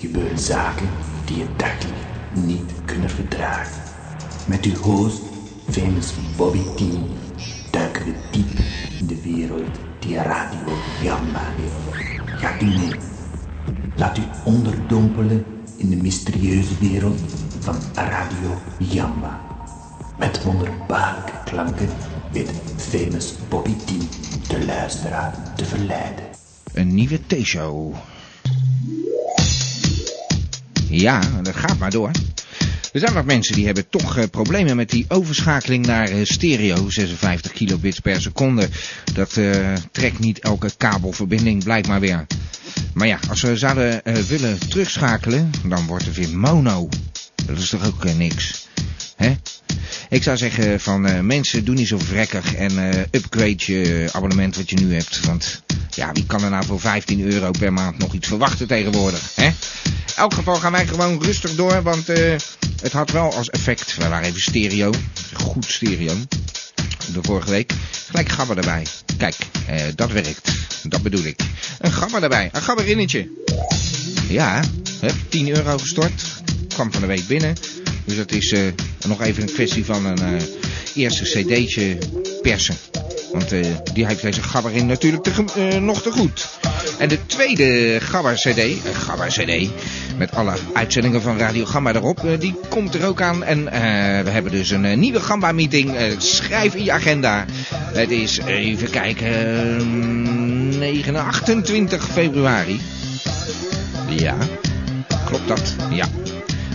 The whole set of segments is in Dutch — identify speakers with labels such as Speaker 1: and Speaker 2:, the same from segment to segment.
Speaker 1: gebeuren zaken die je dagelijks niet kunnen verdragen. Met uw host, famous Bobby T, duiken we diep in de wereld die Radio Gamma heeft. Gaat u mee? Laat u onderdompelen in de mysterieuze wereld van Radio Jamba. Met wonderbaarlijke klanken weet famous Bobby T de luisteraar te verleiden.
Speaker 2: Een nieuwe T-show. Ja, dat gaat maar door. Er zijn nog mensen die hebben toch eh, problemen met die overschakeling naar eh, stereo, 56 kilobits per seconde. Dat eh, trekt niet elke kabelverbinding, blijkbaar weer. Maar ja, als we zouden eh, willen terugschakelen, dan wordt het weer mono. Dat is toch ook eh, niks? Hè? Ik zou zeggen van eh, mensen, doe niet zo vrekkig en eh upgrade je eh, abonnement wat je nu hebt. Want ja, wie kan er nou voor 15 euro per maand nog iets verwachten tegenwoordig? Hè? In elk geval gaan wij gewoon rustig door, want eh, het had wel als effect. We waren even stereo, goed stereo, de vorige week. Gelijk gabber erbij. Kijk, eh, dat werkt. Dat bedoel ik. Een gabber erbij, een gabberinnetje. Ja, heb 10 euro gestort. Kwam van de week binnen. Dus dat is eh, nog even een kwestie van een eh, eerste cd'tje persen. Want eh, die heeft deze gabber in natuurlijk te, gem- eh, nog te goed. En de tweede gabber cd, een gabber cd, met alle uitzendingen van Radio Gamba erop, eh, die komt er ook aan. En eh, we hebben dus een eh, nieuwe Gamba meeting. Eh, schrijf in je agenda. Het is, even kijken, ehm, 9, 28 februari. Ja, klopt dat? Ja.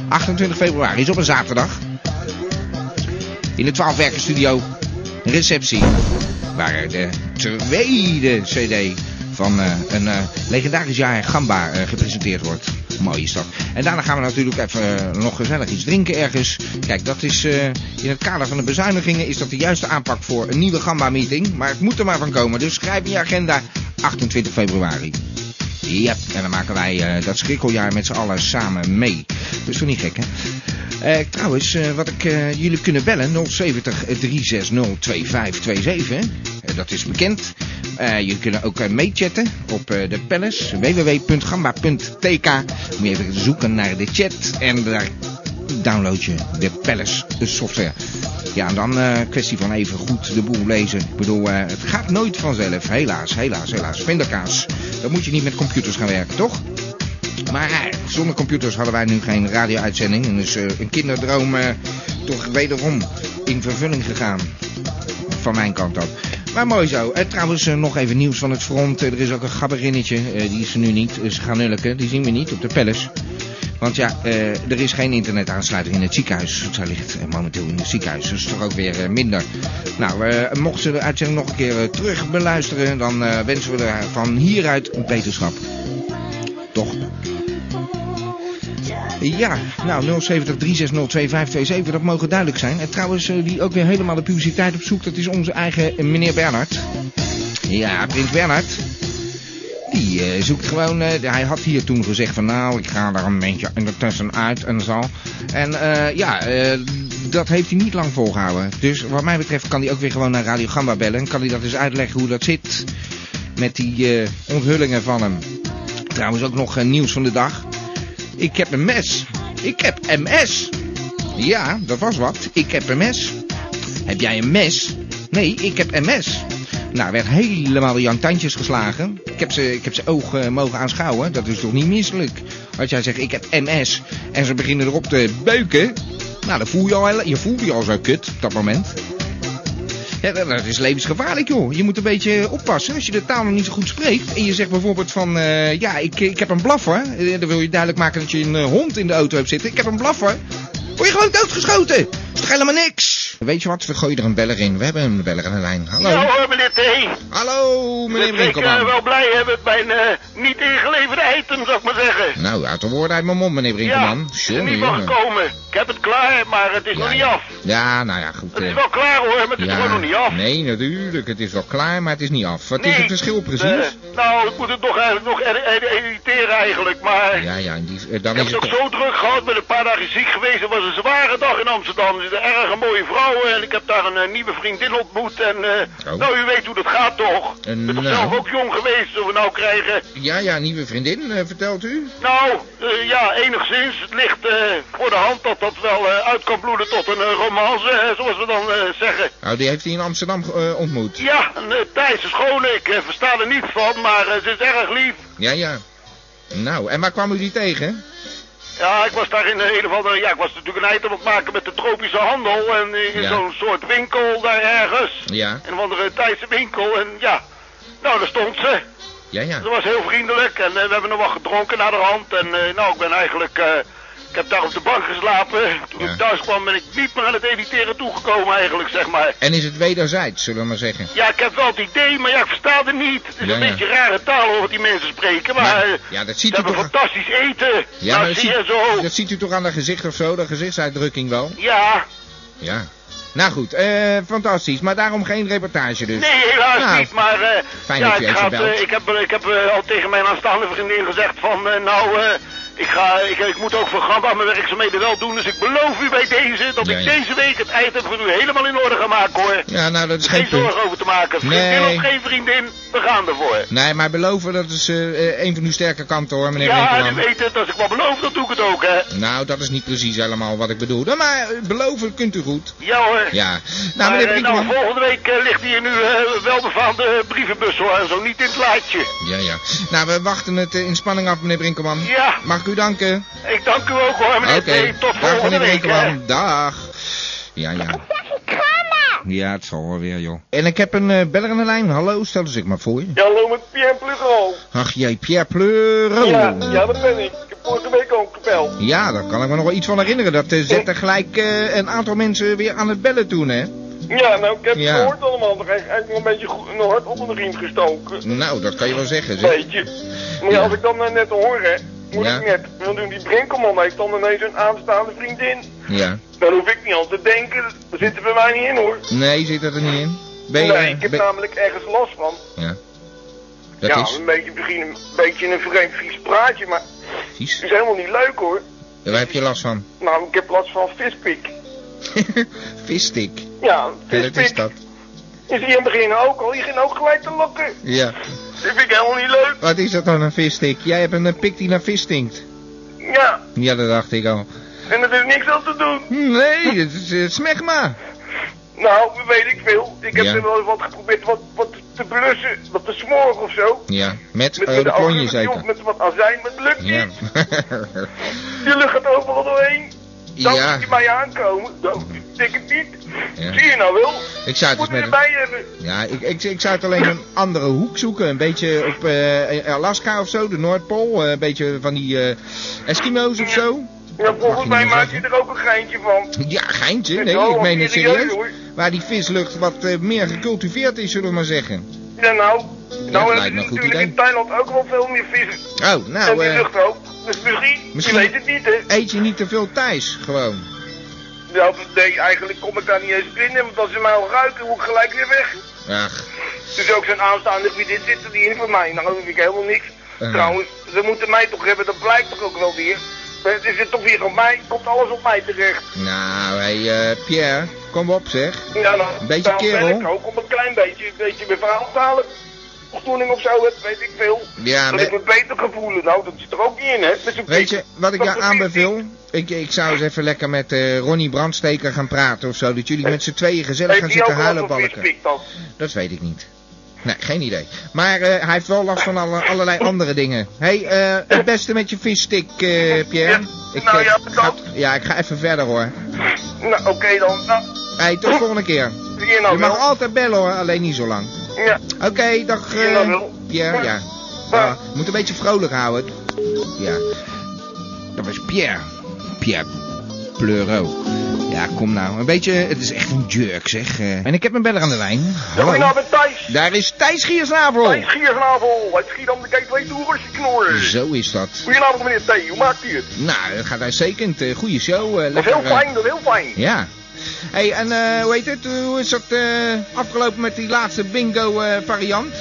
Speaker 2: 28 februari is op een zaterdag. In de 12 Werken Studio. Receptie. Waar de tweede CD van eh, een eh, legendarisch jaar Gamba eh, gepresenteerd wordt. Mooi is dat. En daarna gaan we natuurlijk even eh, nog gezellig iets drinken ergens. Kijk, dat is eh, in het kader van de bezuinigingen is dat de juiste aanpak voor een nieuwe Gamba-meeting. Maar het moet er maar van komen. Dus schrijf in je agenda 28 februari. Ja, en dan maken wij eh, dat schrikkeljaar met z'n allen samen mee. Dus toch niet gek, hè? Eh, trouwens, eh, wat ik eh, jullie kunnen bellen, 070 360 2527. Eh, dat is bekend. Eh, jullie kunnen ook eh, meechatten op eh, de palace, www.gamba.tk. Moet je even zoeken naar de chat en daar download je de palace software. Ja, en dan eh kwestie van even goed de boel lezen. Ik bedoel, eh, het gaat nooit vanzelf. Helaas, helaas, helaas. Vinderkaas. Dan moet je niet met computers gaan werken, toch? Maar eh, zonder computers hadden wij nu geen radio-uitzending. En is eh, een kinderdroom eh, toch wederom in vervulling gegaan. Van mijn kant ook. Maar mooi zo. Eh, trouwens, eh, nog even nieuws van het front. Eh, er is ook een gabberinnetje. Eh, die is er nu niet. Eh, Ze gaan nulken. Die zien we niet op de palace. Want ja, eh, er is geen internetaansluiting in het ziekenhuis. Zij ligt eh, momenteel in het ziekenhuis. Dus toch ook weer eh, minder. Nou, eh, mocht ze de uitzending nog een keer eh, terug beluisteren... dan eh, wensen we haar van hieruit een wetenschap. Toch? Ja, nou 070 3602527, dat mogen duidelijk zijn. En trouwens, eh, die ook weer helemaal de publiciteit op zoekt, dat is onze eigen eh, meneer Bernhard. Ja, Prins Bernhard. Die eh, zoekt gewoon, eh, hij had hier toen gezegd van nou, ik ga daar een beetje ondertussen uit en zo. En eh, ja, eh, dat heeft hij niet lang volgehouden. Dus wat mij betreft kan hij ook weer gewoon naar Radio Gamba bellen. En kan hij dat eens uitleggen hoe dat zit met die eh, onthullingen van hem. Trouwens ook nog eh, nieuws van de dag. Ik heb een mes. Ik heb MS. Ja, dat was wat. Ik heb een mes. Heb jij een mes? Nee, ik heb MS. Nou, werd helemaal de tandjes geslagen. Ik heb, ze, ik heb ze ogen mogen aanschouwen. Dat is toch niet misselijk? Als jij zegt, ik heb MS. En ze beginnen erop te beuken. Nou, dan voel je al, hele- je voelt je al zo kut op dat moment. Ja, dat dat is levensgevaarlijk, joh. Je moet een beetje oppassen als je de taal nog niet zo goed spreekt. En je zegt bijvoorbeeld van, eh, ja, ik, ik heb een blaffer. Eh, Dan wil je duidelijk maken dat je een eh, hond in de auto hebt zitten. Ik heb een blaffer. Word je gewoon doodgeschoten. Is toch helemaal niks? Weet je wat, we gooien er een beller in. We hebben een beller aan de lijn. Hallo.
Speaker 3: Ja Nou, hoor, meneer T.
Speaker 2: Hallo, meneer
Speaker 3: Dat ik eh,
Speaker 2: Brinkelman.
Speaker 3: wel blij heb met mijn eh, niet ingeleverde item, zou ik maar zeggen.
Speaker 2: Nou, uit de woorden uit mijn mond, meneer Brinkelman.
Speaker 3: het is er
Speaker 2: Jongen,
Speaker 3: niet van
Speaker 2: jongen.
Speaker 3: gekomen. Ik heb het klaar, maar het is nog niet af.
Speaker 2: Ja, nou ja, goed.
Speaker 3: Het is
Speaker 2: eh,
Speaker 3: wel klaar hoor, maar het is
Speaker 2: ja.
Speaker 3: gewoon nog niet af.
Speaker 2: Nee, natuurlijk. Het is wel klaar, maar het is niet af. Wat is
Speaker 3: Nee,
Speaker 2: het verschil precies?
Speaker 3: eh, nou, ik moet het nog, eigenlijk nog er- er- editeren eigenlijk, maar...
Speaker 2: ja, ja, in die, eh, dan
Speaker 3: Ik heb
Speaker 2: is
Speaker 3: het
Speaker 2: het
Speaker 3: ook
Speaker 2: toch...
Speaker 3: zo druk gehad, ben een paar dagen ziek geweest. Het was een zware dag in Amsterdam. Er zit een erg mooie vrouw vrouwen en ik heb daar een eh, nieuwe vriendin ontmoet. En eh,
Speaker 2: Oh.
Speaker 3: nou, u weet hoe dat gaat toch?
Speaker 2: Eh,
Speaker 3: ik ben toch
Speaker 2: nou.
Speaker 3: zelf ook jong geweest, of we nou krijgen.
Speaker 2: Ja, ja, nieuwe vriendin, eh, vertelt u?
Speaker 3: Nou, eh, ja, enigszins. Het ligt eh, voor de hand dat dat wel eh, uit kan bloeden tot een eh, romance, eh, zoals we dan eh, zeggen.
Speaker 2: Nou, die heeft hij in Amsterdam eh, ontmoet.
Speaker 3: Ja, en, eh, Thijs is schoon. Ik eh, versta er niets van, maar eh, ze is erg lief.
Speaker 2: Ja, ja. Nou, en waar kwam u die tegen?
Speaker 3: Ja, ik was daar in eh, een of andere... Ja, ik was natuurlijk een item aan het maken met de tropische handel. En eh, in
Speaker 2: Ja.
Speaker 3: zo'n soort winkel daar ergens.
Speaker 2: Ja,
Speaker 3: Een of andere Thaise winkel. En ja, nou, daar stond ze.
Speaker 2: ja,
Speaker 3: Ze
Speaker 2: ja.
Speaker 3: was heel vriendelijk. En eh, we hebben nog wat gedronken naar de hand. En eh, nou, ik ben eigenlijk... eh, ik heb daar op de bank geslapen. Toen
Speaker 2: Ja.
Speaker 3: ik thuis kwam ben ik niet meer aan het editeren toegekomen eigenlijk, zeg maar.
Speaker 2: En is het wederzijds, zullen we maar zeggen.
Speaker 3: Ja, ik heb wel het idee, maar ja, ik versta er niet. Het is
Speaker 2: Ja,
Speaker 3: een
Speaker 2: ja.
Speaker 3: beetje rare taal over wat die mensen spreken, maar...
Speaker 2: Maar-
Speaker 3: eh,
Speaker 2: ja, dat
Speaker 3: ze
Speaker 2: ziet u
Speaker 3: hebben
Speaker 2: toch...
Speaker 3: fantastisch eten. Nou,
Speaker 2: Ja, maar dat
Speaker 3: zie je
Speaker 2: ziet,
Speaker 3: zo.
Speaker 2: dat ziet u toch aan haar gezicht of zo, de gezichtsuitdrukking wel?
Speaker 3: Ja,
Speaker 2: Ja. Nou goed, eh, fantastisch. Maar daarom geen reportage dus.
Speaker 3: nee, helaas
Speaker 2: Nou,
Speaker 3: niet, maar eh,
Speaker 2: fijn
Speaker 3: ja,
Speaker 2: dat u
Speaker 3: ik,
Speaker 2: even
Speaker 3: ga, het,
Speaker 2: belt.
Speaker 3: eh, ik heb, ik heb eh, al tegen mijn aanstaande vriendin gezegd van, eh, nou, eh, ik, ga, ik, ik moet ook voor Gamba mijn werkzaamheden wel doen, dus ik beloof u bij deze dat
Speaker 2: Ja,
Speaker 3: ik
Speaker 2: ja.
Speaker 3: deze week het item voor u helemaal in orde ga maken, hoor.
Speaker 2: Ja, nou dat is
Speaker 3: Geen
Speaker 2: geen punt.
Speaker 3: zorgen over te maken, vriendin
Speaker 2: Nee.
Speaker 3: of geen vriendin, we gaan ervoor.
Speaker 2: Nee, maar beloven, dat is eh, eh, een van uw sterke kanten hoor, meneer
Speaker 3: Ja, u
Speaker 2: Winkelman.
Speaker 3: weet het, als ik wat beloof, dan doe ik het ook, hè.
Speaker 2: Nou, dat is niet precies helemaal wat ik bedoelde, maar eh, beloven kunt u goed.
Speaker 3: Ja, hoor.
Speaker 2: Ja. Nou,
Speaker 3: Maar,
Speaker 2: meneer
Speaker 3: eh, nou,
Speaker 2: Winkelman.
Speaker 3: volgende week eh, ligt hij in uw eh, welbefaamde brievenbus hoor, en zo niet in het laadje.
Speaker 2: Ja, ja. Nou, we wachten het eh, in spanning af, meneer Brinkelman.
Speaker 3: Ja.
Speaker 2: Mag ik u danken?
Speaker 3: Ik dank u ook hoor,
Speaker 2: Oké.
Speaker 3: meneer T. Tot
Speaker 2: Dag, meneer
Speaker 3: volgende week. hè.
Speaker 2: Brinkelman. Dag. Ja, ja. Ja, het zal wel weer, joh. En ik heb een eh, beller aan de lijn. Hallo, stel eens ik maar voor je.
Speaker 4: Ja, hallo met Pierre Plugro.
Speaker 2: Ach, jij Pierre Pleuren.
Speaker 4: Ja, ja, dat ben ik. Ik heb vorige week ook gebeld.
Speaker 2: Ja, daar kan ik me nog wel iets van herinneren. Dat eh, zette gelijk eh, een aantal mensen weer aan het bellen toen, hè?
Speaker 4: Ja, nou, ik heb
Speaker 2: Ja.
Speaker 4: het gehoord allemaal. Dan heb ik eigenlijk nog een beetje goed, nog hard onder de riem gestoken.
Speaker 2: Nou, dat kan je wel zeggen, zeg.
Speaker 4: Weet je. Maar ja, als ik dan eh, net hoor, hè, moet
Speaker 2: Ja.
Speaker 4: ik net. Dan doen die Brinkelman heeft dan ineens een aanstaande vriendin.
Speaker 2: Ja.
Speaker 4: Dan hoef ik niet aan te denken. Dat zit er bij mij niet in, hoor.
Speaker 2: Nee, zit dat er niet in? Ben je...
Speaker 4: nee, ik heb
Speaker 2: ben-
Speaker 4: namelijk ergens last van.
Speaker 2: Ja. Dat
Speaker 4: ja,
Speaker 2: is
Speaker 4: een beetje, misschien een beetje een vreemd vies praatje, maar
Speaker 2: vies.
Speaker 4: het is helemaal niet leuk, hoor.
Speaker 2: Daar heb je last van.
Speaker 4: Nou, ik heb last van vispik.
Speaker 2: Vistik.
Speaker 4: Ja,
Speaker 2: Ja, dat is
Speaker 4: vispik.
Speaker 2: dat.
Speaker 4: Is die in het begin ook al? Die ging ook gelijk te lokken.
Speaker 2: Ja.
Speaker 4: Dat vind ik helemaal niet leuk.
Speaker 2: Wat is dat dan, een vistik? Jij hebt een eh, pik die naar vis stinkt.
Speaker 4: Ja,
Speaker 2: Ja, dat dacht ik al. Hm,
Speaker 4: en er is niks aan te doen.
Speaker 2: Nee, het is eh, smegma.
Speaker 4: Nou, weet ik veel. Ik heb
Speaker 2: Ja.
Speaker 4: er wel eens wat geprobeerd wat, wat te blussen, wat te smoren of zo.
Speaker 2: Ja, met
Speaker 4: Met,
Speaker 2: eh,
Speaker 4: met
Speaker 2: de plonje
Speaker 4: augurk erop,
Speaker 2: zeker.
Speaker 4: met wat azijn, maar het lukt
Speaker 2: Ja.
Speaker 4: niet. Je lucht gaat overal doorheen. Dan
Speaker 2: Ja.
Speaker 4: moet je bij je aankomen. Dan denk ik niet.
Speaker 2: Ja.
Speaker 4: Zie je nou wel?
Speaker 2: Ik zou het
Speaker 4: Moet
Speaker 2: eens
Speaker 4: je
Speaker 2: met een...
Speaker 4: erbij hebben.
Speaker 2: Ja, ik, ik, ik zou het alleen een andere hoek zoeken. Een beetje op eh, Alaska of zo, de Noordpool. eh, Een beetje van die eh, Eskimo's of zo.
Speaker 4: Ja,
Speaker 2: Mag
Speaker 4: volgens
Speaker 2: je
Speaker 4: mij
Speaker 2: niet
Speaker 4: maak je
Speaker 2: zeggen.
Speaker 4: er ook een geintje van.
Speaker 2: Ja, geintje. Nee,
Speaker 4: Nou,
Speaker 2: ik meen het
Speaker 4: serieus,
Speaker 2: serieus.
Speaker 4: hoor.
Speaker 2: Waar die vislucht wat eh, meer gecultiveerd is, zullen we maar zeggen.
Speaker 4: Ja, nou.
Speaker 2: lijkt
Speaker 4: Nou,
Speaker 2: me
Speaker 4: hebben
Speaker 2: een
Speaker 4: ze
Speaker 2: goed
Speaker 4: natuurlijk
Speaker 2: idee.
Speaker 4: in Thailand ook wel veel meer vissen.
Speaker 2: Oh,
Speaker 4: en
Speaker 2: nou,
Speaker 4: die
Speaker 2: eh,
Speaker 4: lucht ook. Dus misschien,
Speaker 2: misschien-
Speaker 4: je weet het niet, hè.
Speaker 2: eet je niet te veel thuis, gewoon.
Speaker 4: Nou, nee, eigenlijk kom ik daar niet eens binnen, want als ze mij al ruiken, moet ik gelijk weer weg.
Speaker 2: Ach,
Speaker 4: Dus ook zo'n aanstaande vriendin zit er niet in voor mij. Nou, dan hoef ik helemaal niks.
Speaker 2: Eh.
Speaker 4: Trouwens, ze moeten mij toch hebben, dat blijkt toch ook wel weer. Het is het toch weer op mij, komt alles op mij terecht.
Speaker 2: nou, hé, eh, Pierre, kom op zeg.
Speaker 4: Ja, nou,
Speaker 2: Een beetje
Speaker 4: daarom
Speaker 2: kerel.
Speaker 4: ben ik ook om een klein beetje, een beetje mijn verhaal te halen. Verstoeling of zo, dat weet ik veel.
Speaker 2: Ja,
Speaker 4: dat
Speaker 2: we-
Speaker 4: ik me beter ga voelen. Nou, dat zit er ook niet in, hè. Met zo'n
Speaker 2: Weet
Speaker 4: pik.
Speaker 2: je wat ik jou
Speaker 4: Dat is
Speaker 2: aanbeveel? Ik, ik zou eens even lekker met eh, Ronnie Brandsteker gaan praten of zo. Dat jullie met z'n tweeën gezellig gaan
Speaker 4: Heeft hij
Speaker 2: zitten
Speaker 4: ook last
Speaker 2: huilen
Speaker 4: van
Speaker 2: balken.
Speaker 4: viespik dan?
Speaker 2: Dat weet ik niet. Nee, geen idee. Maar eh, hij heeft wel last van alle, allerlei andere dingen. hey, eh, het beste met je visstick, eh, Pierre.
Speaker 4: Ja,
Speaker 2: Ik,
Speaker 4: nou
Speaker 2: eh,
Speaker 4: ja,
Speaker 2: ga,
Speaker 4: bedankt.
Speaker 2: ja, ik ga even verder hoor.
Speaker 4: Nou, oké dan. Nou,
Speaker 2: hey, tot de volgende keer.
Speaker 4: zie je nou
Speaker 2: Je mag
Speaker 4: wel.
Speaker 2: altijd bellen hoor, alleen niet zo lang.
Speaker 4: Ja.
Speaker 2: Oké, dag.
Speaker 4: Zie je
Speaker 2: eh,
Speaker 4: nou wel.
Speaker 2: Pierre, ja. Ja, moet een beetje vrolijk houden. Ja. Dat was Pierre. Pierre Pleuro. Ja, kom nou. Een beetje, het is echt een jerk zeg. Eh, En ik heb een beller aan de lijn.
Speaker 4: Doe je
Speaker 2: Hallo.
Speaker 4: nou met Thijs?
Speaker 2: Daar is Thijs Giersnavel.
Speaker 4: Hij schier vanavond. Hij schiet aan de gateway toe, als je knorren.
Speaker 2: Zo is dat.
Speaker 4: Goedenavond meneer T, hoe maakt u het?
Speaker 2: Nou, dat gaat uitstekend. Eh, Goeie show. eh,
Speaker 4: Dat is
Speaker 2: lekker,
Speaker 4: heel
Speaker 2: eh,
Speaker 4: fijn, dat is heel fijn.
Speaker 2: Ja. hey, en eh, hoe heet het? Hoe is dat eh, afgelopen met die laatste bingo eh, variant?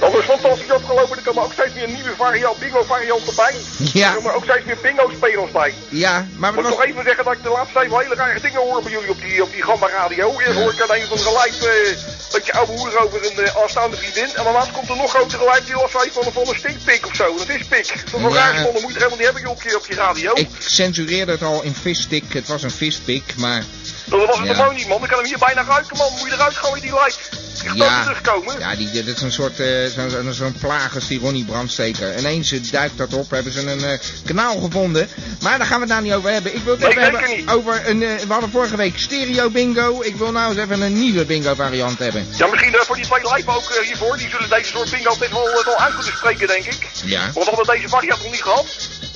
Speaker 4: Dat is fantastisch afgelopen. Er komen ook steeds meer nieuwe variant, bingo-varianten bij.
Speaker 2: Ja.
Speaker 4: Er komen ook steeds meer bingo-spelers bij.
Speaker 2: Ja, maar
Speaker 4: Moet
Speaker 2: het was...
Speaker 4: ik nog even zeggen dat ik de laatste tijd wel hele rare dingen hoor bij jullie op die, op die Gamma Radio. Eerst hoor ik aan een van de lijp eh, een beetje oude hoer over een eh, aanstaande vriendin. En dan laatst komt er nog grotere gelijk die last heeft van een, van een stinkpik of zo. Dat is pik. Dat is een
Speaker 2: Ja.
Speaker 4: raar spullen, moet je er helemaal niet hebben joh, op je, op je radio.
Speaker 2: Ik censureerde het al in visstick. Het was een vispik, maar...
Speaker 4: Dat was het
Speaker 2: Ja.
Speaker 4: gewoon niet man. Ik kan hem hier bijna ruiken man. Moet je eruit gooien die lijp. Ik ga
Speaker 2: Ja.
Speaker 4: ja. terugkomen.
Speaker 2: Ja, die, dat is een soort eh, zo'n zo'n- zo'n plaag als die Ronnie Brandsteker. Ineens eh, duikt dat op, hebben ze een eh, kanaal gevonden. Maar daar gaan we het nou niet over hebben. Ik wil het
Speaker 4: Nee,
Speaker 2: even
Speaker 4: zeker
Speaker 2: hebben
Speaker 4: niet.
Speaker 2: over een... eh, we hadden vorige week stereo bingo. Ik wil nou eens even een nieuwe bingo variant hebben.
Speaker 4: Ja, misschien eh, voor die twee lijpen ook eh, hiervoor. Die zullen deze soort bingo best wel, eh, wel uit kunnen spreken denk ik.
Speaker 2: Ja.
Speaker 4: Want we hadden deze variant nog niet gehad.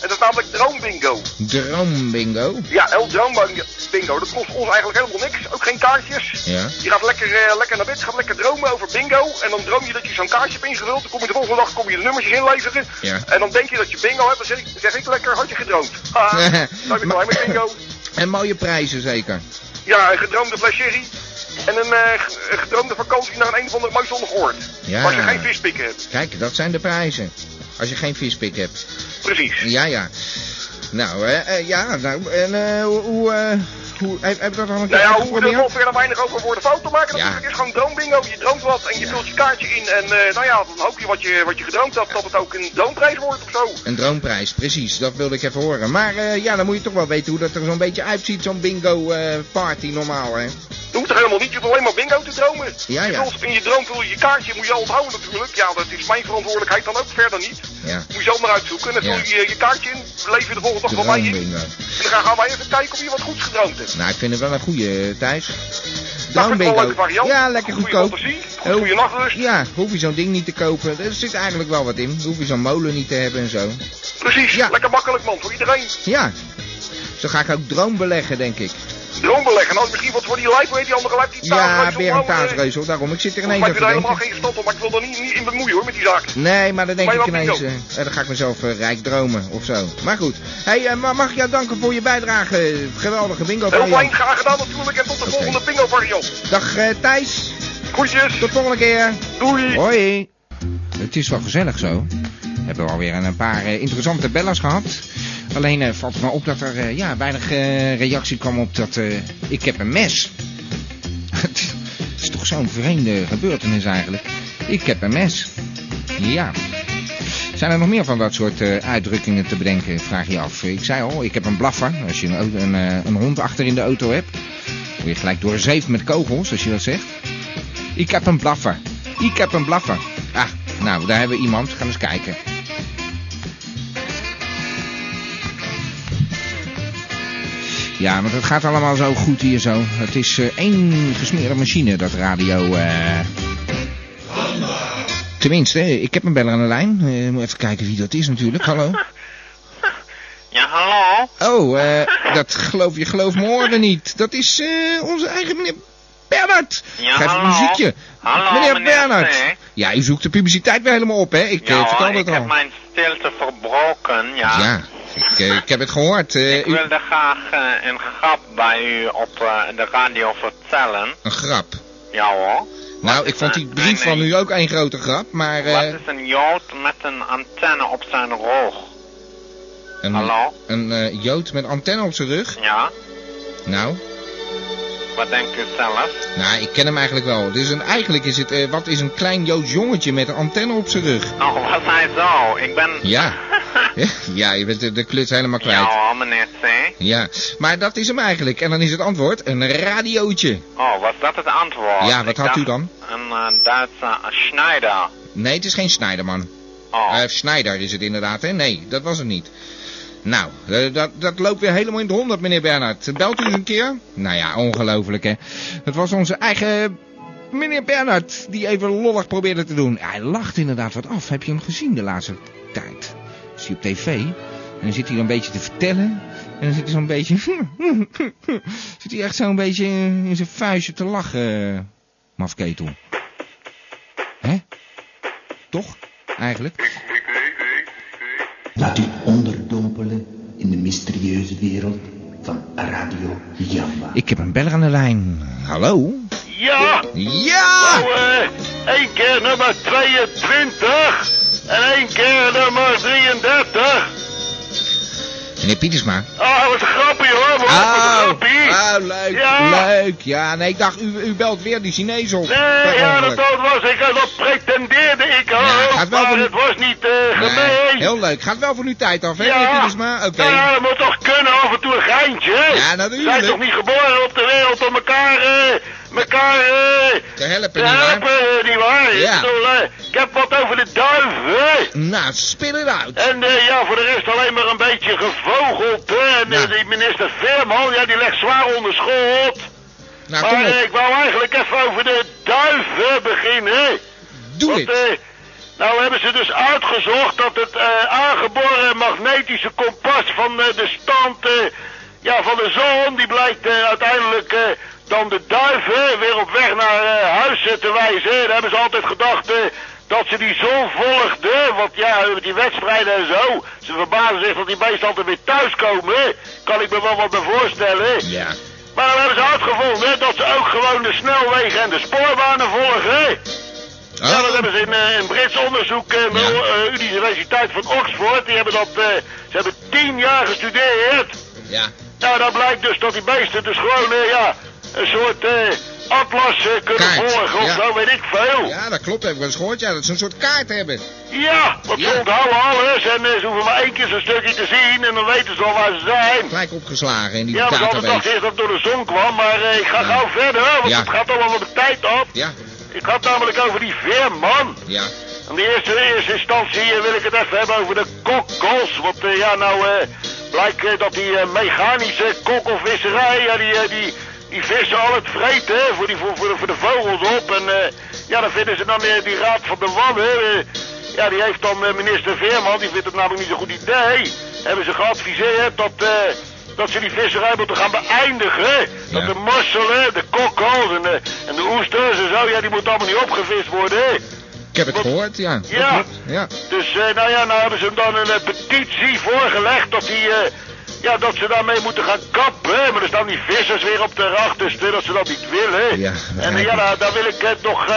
Speaker 4: En dat is namelijk droombingo.
Speaker 2: Droom bingo.
Speaker 4: Ja, El Jumbo Bingo. Dat kost ons eigenlijk helemaal niks. Ook geen kaartjes.
Speaker 2: Ja.
Speaker 4: Je gaat lekker, eh, lekker naar bed, gaat lekker dromen over bingo. En dan droom je dat je zo'n kaartje hebt ingevuld. Dan kom je de volgende dag kom je de nummertjes inleveren.
Speaker 2: Ja.
Speaker 4: En dan denk je dat je bingo hebt. Dan zeg ik, zeg ik lekker, had je gedroomd. Ah, dan ben ik
Speaker 2: Maar-
Speaker 4: blij met bingo.
Speaker 2: En mooie prijzen zeker.
Speaker 4: Ja, een gedroomde fles sherry. En een, eh, g- een gedroomde vakantie naar een, een of andere mooi zonnig oord.
Speaker 2: Ja.
Speaker 4: Als je geen vispikken hebt.
Speaker 2: Kijk, dat zijn de prijzen. Als je geen vispik hebt.
Speaker 4: Precies.
Speaker 2: Ja, ja. Nou, eh, eh, ja, nou, en eh, hoe, hoe, eh, hoe, heb, heb je dat al een keer
Speaker 4: Nou ja, hoe er
Speaker 2: uitgeprobeerd?
Speaker 4: nog verder weinig over worden fouten maken.
Speaker 2: Ja.
Speaker 4: Natuurlijk is gewoon droombingo. Je droomt wat en je vult je kaartje in. En eh, nou ja, dan hoop je wat je, wat je gedroomd hebt, dat het ook een droomprijs wordt of zo.
Speaker 2: Een droomprijs, precies, dat wilde ik even horen. Maar eh, ja, dan moet je toch wel weten hoe dat er zo'n beetje uitziet, zo'n bingo eh, party normaal, hè?
Speaker 4: Dat hoeft er helemaal niet. Je hoeft alleen maar bingo te dromen.
Speaker 2: Ja,
Speaker 4: Je
Speaker 2: ja.
Speaker 4: vult, in je droom vul je je kaartje, moet je al onthouden natuurlijk. Ja, dat is mijn verantwoordelijkheid dan ook verder niet.
Speaker 2: Ja.
Speaker 4: Moet je zelf maar uitzoeken. En dan
Speaker 2: Ja.
Speaker 4: vul je je kaartje in, leef je de volgende dag van mij in. En
Speaker 2: Droombingo.
Speaker 4: dan gaan wij even kijken of je wat goeds gedroomd hebt.
Speaker 2: Nou, ik vind het wel een goede, eh, Thijs.
Speaker 4: Nou, vind ik wel een leuke variant.
Speaker 2: Ja, lekker
Speaker 4: Goede
Speaker 2: goedkoop.
Speaker 4: fantasie, goede
Speaker 2: Heel-
Speaker 4: nachtrust.
Speaker 2: Ja, hoef je zo'n ding niet te kopen. Er zit eigenlijk wel wat in. Hoef je zo'n molen niet te hebben en zo.
Speaker 4: Precies,
Speaker 2: Ja.
Speaker 4: lekker makkelijk man, voor iedereen.
Speaker 2: Ja. Zo ga ik ook droom beleggen, denk ik.
Speaker 4: Droombeleggen. Nou, misschien wat voor die lijf, weet die andere lijf, die
Speaker 2: Ja,
Speaker 4: taartreus
Speaker 2: weer
Speaker 4: omhoog,
Speaker 2: een
Speaker 4: eh,
Speaker 2: taasreuzel. Daarom, ik zit er
Speaker 4: Ik
Speaker 2: ineens
Speaker 4: maak
Speaker 2: over
Speaker 4: er
Speaker 2: te
Speaker 4: helemaal
Speaker 2: denken.
Speaker 4: geen stap op, maar ik wil er niet, niet in bemoeien hoor, met die zaak.
Speaker 2: Nee, maar dan denk
Speaker 4: Maar
Speaker 2: ik
Speaker 4: je mag
Speaker 2: ineens,
Speaker 4: niet
Speaker 2: eh, dan ga ik mezelf eh, rijk dromen of zo. Maar goed, hey, eh, ma- mag ik jou danken voor je bijdrage? Eh, Geweldige bingo
Speaker 4: Heel
Speaker 2: variant.
Speaker 4: fijn, graag gedaan natuurlijk en tot de
Speaker 2: Oké.
Speaker 4: volgende bingo variant.
Speaker 2: Dag eh, Thijs,
Speaker 4: Groetjes,
Speaker 2: tot de volgende keer.
Speaker 4: doei!
Speaker 2: Hoi. Het is wel gezellig zo. We hebben alweer een paar eh, interessante bellers gehad. Alleen eh, valt het me op dat er eh, ja, weinig eh, reactie kwam op dat eh, ik heb een mes. Het is toch zo'n vreemde gebeurtenis eigenlijk. Ik heb een mes. Ja. Zijn er nog meer van dat soort eh, uitdrukkingen te bedenken, vraag je af. Ik zei al, ik heb een blaffer. Als je een, auto- een, eh, een hond achter in de auto hebt, word je gelijk door zeef met kogels, als je dat zegt. Ik heb een blaffer. Ik heb een blaffer. Ah, nou, daar hebben we iemand. Gaan we eens kijken. Ja, maar het gaat allemaal zo goed hier zo. Het is eh, één gesmeerde machine, dat radio. eh. Tenminste, eh, ik heb een beller aan de lijn. Eh, moet even kijken wie dat is natuurlijk. Hallo.
Speaker 5: Ja, hallo.
Speaker 2: Oh, eh, dat geloof je geloof me horen niet. Dat is eh, onze eigen meneer Bernard.
Speaker 5: Ja,
Speaker 2: Geef een
Speaker 5: hallo.
Speaker 2: muziekje.
Speaker 5: Hallo,
Speaker 2: meneer,
Speaker 5: meneer
Speaker 2: Bernard.
Speaker 5: P.
Speaker 2: Ja, u zoekt de publiciteit weer helemaal op, hè? Ik
Speaker 5: ja,
Speaker 2: eh, vertel
Speaker 5: hoor, ik
Speaker 2: dat al.
Speaker 5: heb mijn stilte verbroken, ja.
Speaker 2: Ja, ik, eh, ik heb het gehoord. eh,
Speaker 5: Ik
Speaker 2: u-
Speaker 5: wilde graag eh, een grap bij u op eh, de radio vertellen.
Speaker 2: Een grap.
Speaker 5: Ja hoor.
Speaker 2: Nou, ik vond die brief van u ook een grote grap, maar... eh,
Speaker 5: Wat is een jood met een antenne op zijn rug?
Speaker 2: een,
Speaker 5: hallo?
Speaker 2: Een eh, jood met antenne op zijn rug.
Speaker 5: Ja,
Speaker 2: Nou,
Speaker 5: wat denkt u zelf?
Speaker 2: nou, ik ken hem eigenlijk wel. Dus een, eigenlijk is het... eh, wat is een klein joods jongetje met een antenne op zijn rug?
Speaker 5: Oh, was hij zo? Ik ben...
Speaker 2: Ja. ja, je bent de, de kluts helemaal kwijt.
Speaker 5: ja hoor, meneer C.
Speaker 2: Ja, maar dat is hem eigenlijk. En dan is het antwoord een radiootje.
Speaker 5: Oh, was dat het antwoord?
Speaker 2: Ja, wat
Speaker 5: Ik
Speaker 2: had u
Speaker 5: dacht
Speaker 2: dan?
Speaker 5: Een eh, Duitse Schneider.
Speaker 2: Nee, het is geen Snijderman.
Speaker 5: Oh,
Speaker 2: Eh Snijder is het inderdaad, hè? Nee, dat was het niet. Nou, eh, dat, dat loopt weer helemaal in de honderd, meneer Bernhard. Belt u eens een keer? Nou ja, ongelooflijk, hè? Het was onze eigen meneer Bernhard die even lollig probeerde te doen. Hij lacht inderdaad wat af. Heb je hem gezien de laatste tijd? Is hij op tv? En dan zit hij een beetje te vertellen. En dan zit hij zo'n beetje... zit hij echt zo'n beetje in zijn vuistje te lachen, eh, mafketel. Hè? Toch? Eigenlijk?
Speaker 1: Laat u onderdompelen in de mysterieuze wereld van Radio Jamba.
Speaker 2: Ik heb een beller aan de lijn. Hallo?
Speaker 3: Ja!
Speaker 2: Ja!
Speaker 3: Nou, eh, Eén keer nummer 22. En één keer nummer 33.
Speaker 2: Meneer Pietersma.
Speaker 3: Ah, wat een grappie hoor, man. wat een grappie.
Speaker 2: ah, leuk,
Speaker 3: Ja.
Speaker 2: leuk. Ja, nee, ik dacht, u, u belt weer die Chinees op.
Speaker 3: Nee,
Speaker 2: Per
Speaker 3: ja, dat,
Speaker 2: ongeluk.
Speaker 3: dat was ik. eh, Dat pretendeerde ik ook.
Speaker 2: gaat wel
Speaker 3: maar
Speaker 2: van-
Speaker 3: het was niet eh
Speaker 2: Nee,
Speaker 3: gemeend.
Speaker 2: heel leuk. Gaat wel van uw tijd af, hè, meneer Pietersma? Oké.
Speaker 3: Nou ja, dat moet toch kunnen, af en toe een geintje.
Speaker 2: Ja, natuurlijk.
Speaker 3: We zijn toch niet geboren op de wereld om elkaar, eh, elkaar eh,
Speaker 2: Te helpen,
Speaker 3: te
Speaker 2: nietwaar?
Speaker 3: helpen, eh, nietwaar?
Speaker 2: Ja.
Speaker 3: Ik, bedoel, eh, ik heb wat over de duiven.
Speaker 2: Nou, spit it out.
Speaker 3: En eh, ja, voor de rest alleen maar een beetje gevogeld. Hè. En eh,
Speaker 2: Ja.
Speaker 3: die minister Veerman, ja, die legt zwaar onder schot.
Speaker 2: Nou, kom
Speaker 3: maar eh,
Speaker 2: op.
Speaker 3: ik wou eigenlijk even over de duiven beginnen.
Speaker 2: Doe
Speaker 3: Want,
Speaker 2: dit.
Speaker 3: eh, nou hebben ze dus uitgezocht dat het eh, aangeboren magnetische kompas van eh, de stand eh, ja, van de zon, die blijkt eh, uiteindelijk eh, dan de duiven weer op weg naar eh, huis eh, te wijzen. Daar hebben ze altijd gedacht eh, dat ze die zon volgden, want ja, die wedstrijden en zo. Ze verbazen zich dat die beesten altijd weer thuiskomen. Kan ik me wel wat bij voorstellen.
Speaker 2: Ja.
Speaker 3: Maar dan hebben ze uitgevonden dat ze ook gewoon de snelwegen en de spoorbanen volgen. Ja, dat
Speaker 2: Oh,
Speaker 3: hebben ze in eh, een Brits onderzoek, eh de eh, Universiteit van Oxford, die hebben dat, eh, ze hebben tien jaar gestudeerd.
Speaker 2: ja.
Speaker 3: Nou, dan blijkt dus dat die beesten dus gewoon, eh, ja, een soort eh, atlas eh, kunnen
Speaker 2: Kaart,
Speaker 3: volgen of
Speaker 2: ja.
Speaker 3: zo, weet ik veel. Ja,
Speaker 2: Ja, dat klopt. Heb ik wel eens gehoord, ja, dat ze een soort kaart hebben.
Speaker 3: want ze
Speaker 2: Ja.
Speaker 3: onthouden alles en eh, ze hoeven maar één keer zo'n stukje te zien en dan weten ze al waar ze zijn.
Speaker 2: Gelijk opgeslagen in die
Speaker 3: Ja, maar ze hadden dacht
Speaker 2: database.
Speaker 3: eerst dat het door de zon kwam, maar eh, ik ga gauw verder, hoor, want
Speaker 2: Ja.
Speaker 3: het gaat allemaal de tijd op.
Speaker 2: Ja,
Speaker 3: Ik had namelijk over die veerman.
Speaker 2: ja.
Speaker 3: In de eerste, eerste instantie eh, wil ik het even hebben over de kokkels. Want eh, ja, nou eh, blijkt eh, dat die eh, mechanische kokkelvisserij, ja, die, eh, die, die vissen al het vreten hè, voor, die, voor, voor, de, voor de vogels op. En eh, ja, dan vinden ze dan eh, die raad van de wadden. eh, ja, die heeft dan eh, minister Veerman, die vindt het namelijk niet zo'n goed idee. Hebben ze geadviseerd dat, eh, dat ze die visserij moeten gaan beëindigen. Dat
Speaker 2: Ja.
Speaker 3: de mosselen, de kokkels en de, en de oesters en zo, ja, die moeten allemaal niet opgevist worden.
Speaker 2: Ik heb het gehoord, ja. Dat
Speaker 3: Ja.
Speaker 2: klopt. Ja.
Speaker 3: Dus eh, nou ja, nou hebben ze hem dan een eh, petitie voorgelegd dat hij... eh, ja, dat ze daarmee moeten gaan kappen. hè. Maar er staan die vissers weer op de achterste dat ze dat niet willen.
Speaker 2: Ja,
Speaker 3: en eh,
Speaker 2: begrijp
Speaker 3: ja,
Speaker 2: ik.
Speaker 3: daar, daar wil ik het nog eh,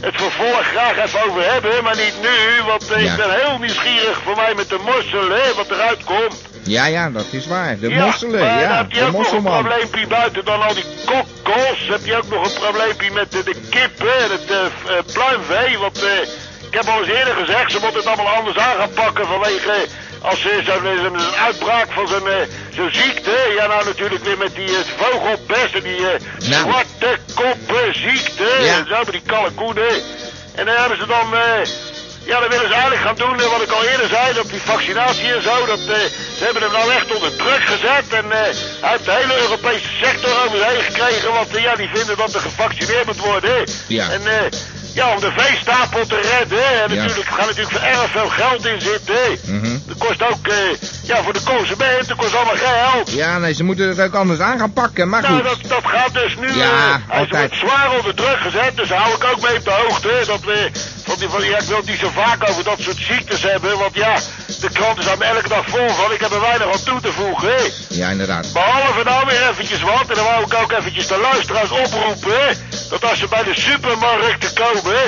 Speaker 3: het vervolg graag even over hebben. Maar niet nu, want eh,
Speaker 2: Ja.
Speaker 3: ik ben heel nieuwsgierig voor mij met de mosselen, hè, wat eruit komt.
Speaker 2: Ja, ja, dat is waar. De mosselen,
Speaker 3: maar dan
Speaker 2: ja.
Speaker 3: heb je
Speaker 2: De
Speaker 3: ook nog een
Speaker 2: mosselman.
Speaker 3: probleempje buiten dan al die kokkels. Heb je ook nog een probleempje met de, de kippen en het eh, v- eh, pluimvee. Want eh, ik heb al eens eerder gezegd, ze moeten het allemaal anders aan gaan pakken vanwege... eh, als er zo'n eh, zo'n- zo'n uitbraak van zo'n eh, zo'n ziekte, ja nou natuurlijk weer met die eh, vogelpest en die eh,
Speaker 2: Nou.
Speaker 3: zwarte koppenziekte
Speaker 2: Ja.
Speaker 3: en zo, met die kalkoenen. En dan hebben ze dan, eh, ja dan willen ze eigenlijk gaan doen eh, wat ik al eerder zei, dat die vaccinatie en zo, dat, eh, ze hebben hem nou echt onder druk gezet en eh, hij heeft de hele Europese sector over zich heen gekregen, want eh, ja die vinden dat er gevaccineerd moet worden.
Speaker 2: Ja.
Speaker 3: En eh, ja, om de veestapel te redden, hè, en
Speaker 2: Ja.
Speaker 3: natuurlijk, er gaat natuurlijk erg veel geld in zitten. hè.
Speaker 2: Mhm.
Speaker 3: Dat kost ook, eh, ja, voor de consument, dat kost allemaal geld.
Speaker 2: Ja, nee, ze moeten het ook anders aan gaan pakken, maar
Speaker 3: Nou,
Speaker 2: goed.
Speaker 3: dat, dat gaat dus nu.
Speaker 2: Ja,
Speaker 3: eh, hij
Speaker 2: altijd.
Speaker 3: wordt zwaar onder druk gezet, dus daar hou ik ook mee op de hoogte. hè, Dat we, van die, van, ja, ik wil het niet zo vaak over dat soort ziektes hebben, want ja, de krant is aan me elke dag vol van. Ik heb er weinig aan toe te voegen. hè.
Speaker 2: Ja, inderdaad.
Speaker 3: Behalve nou weer eventjes wat, en dan wou ik ook eventjes de luisteraars oproepen, hè, dat als ze bij de supermarkten komen, hè,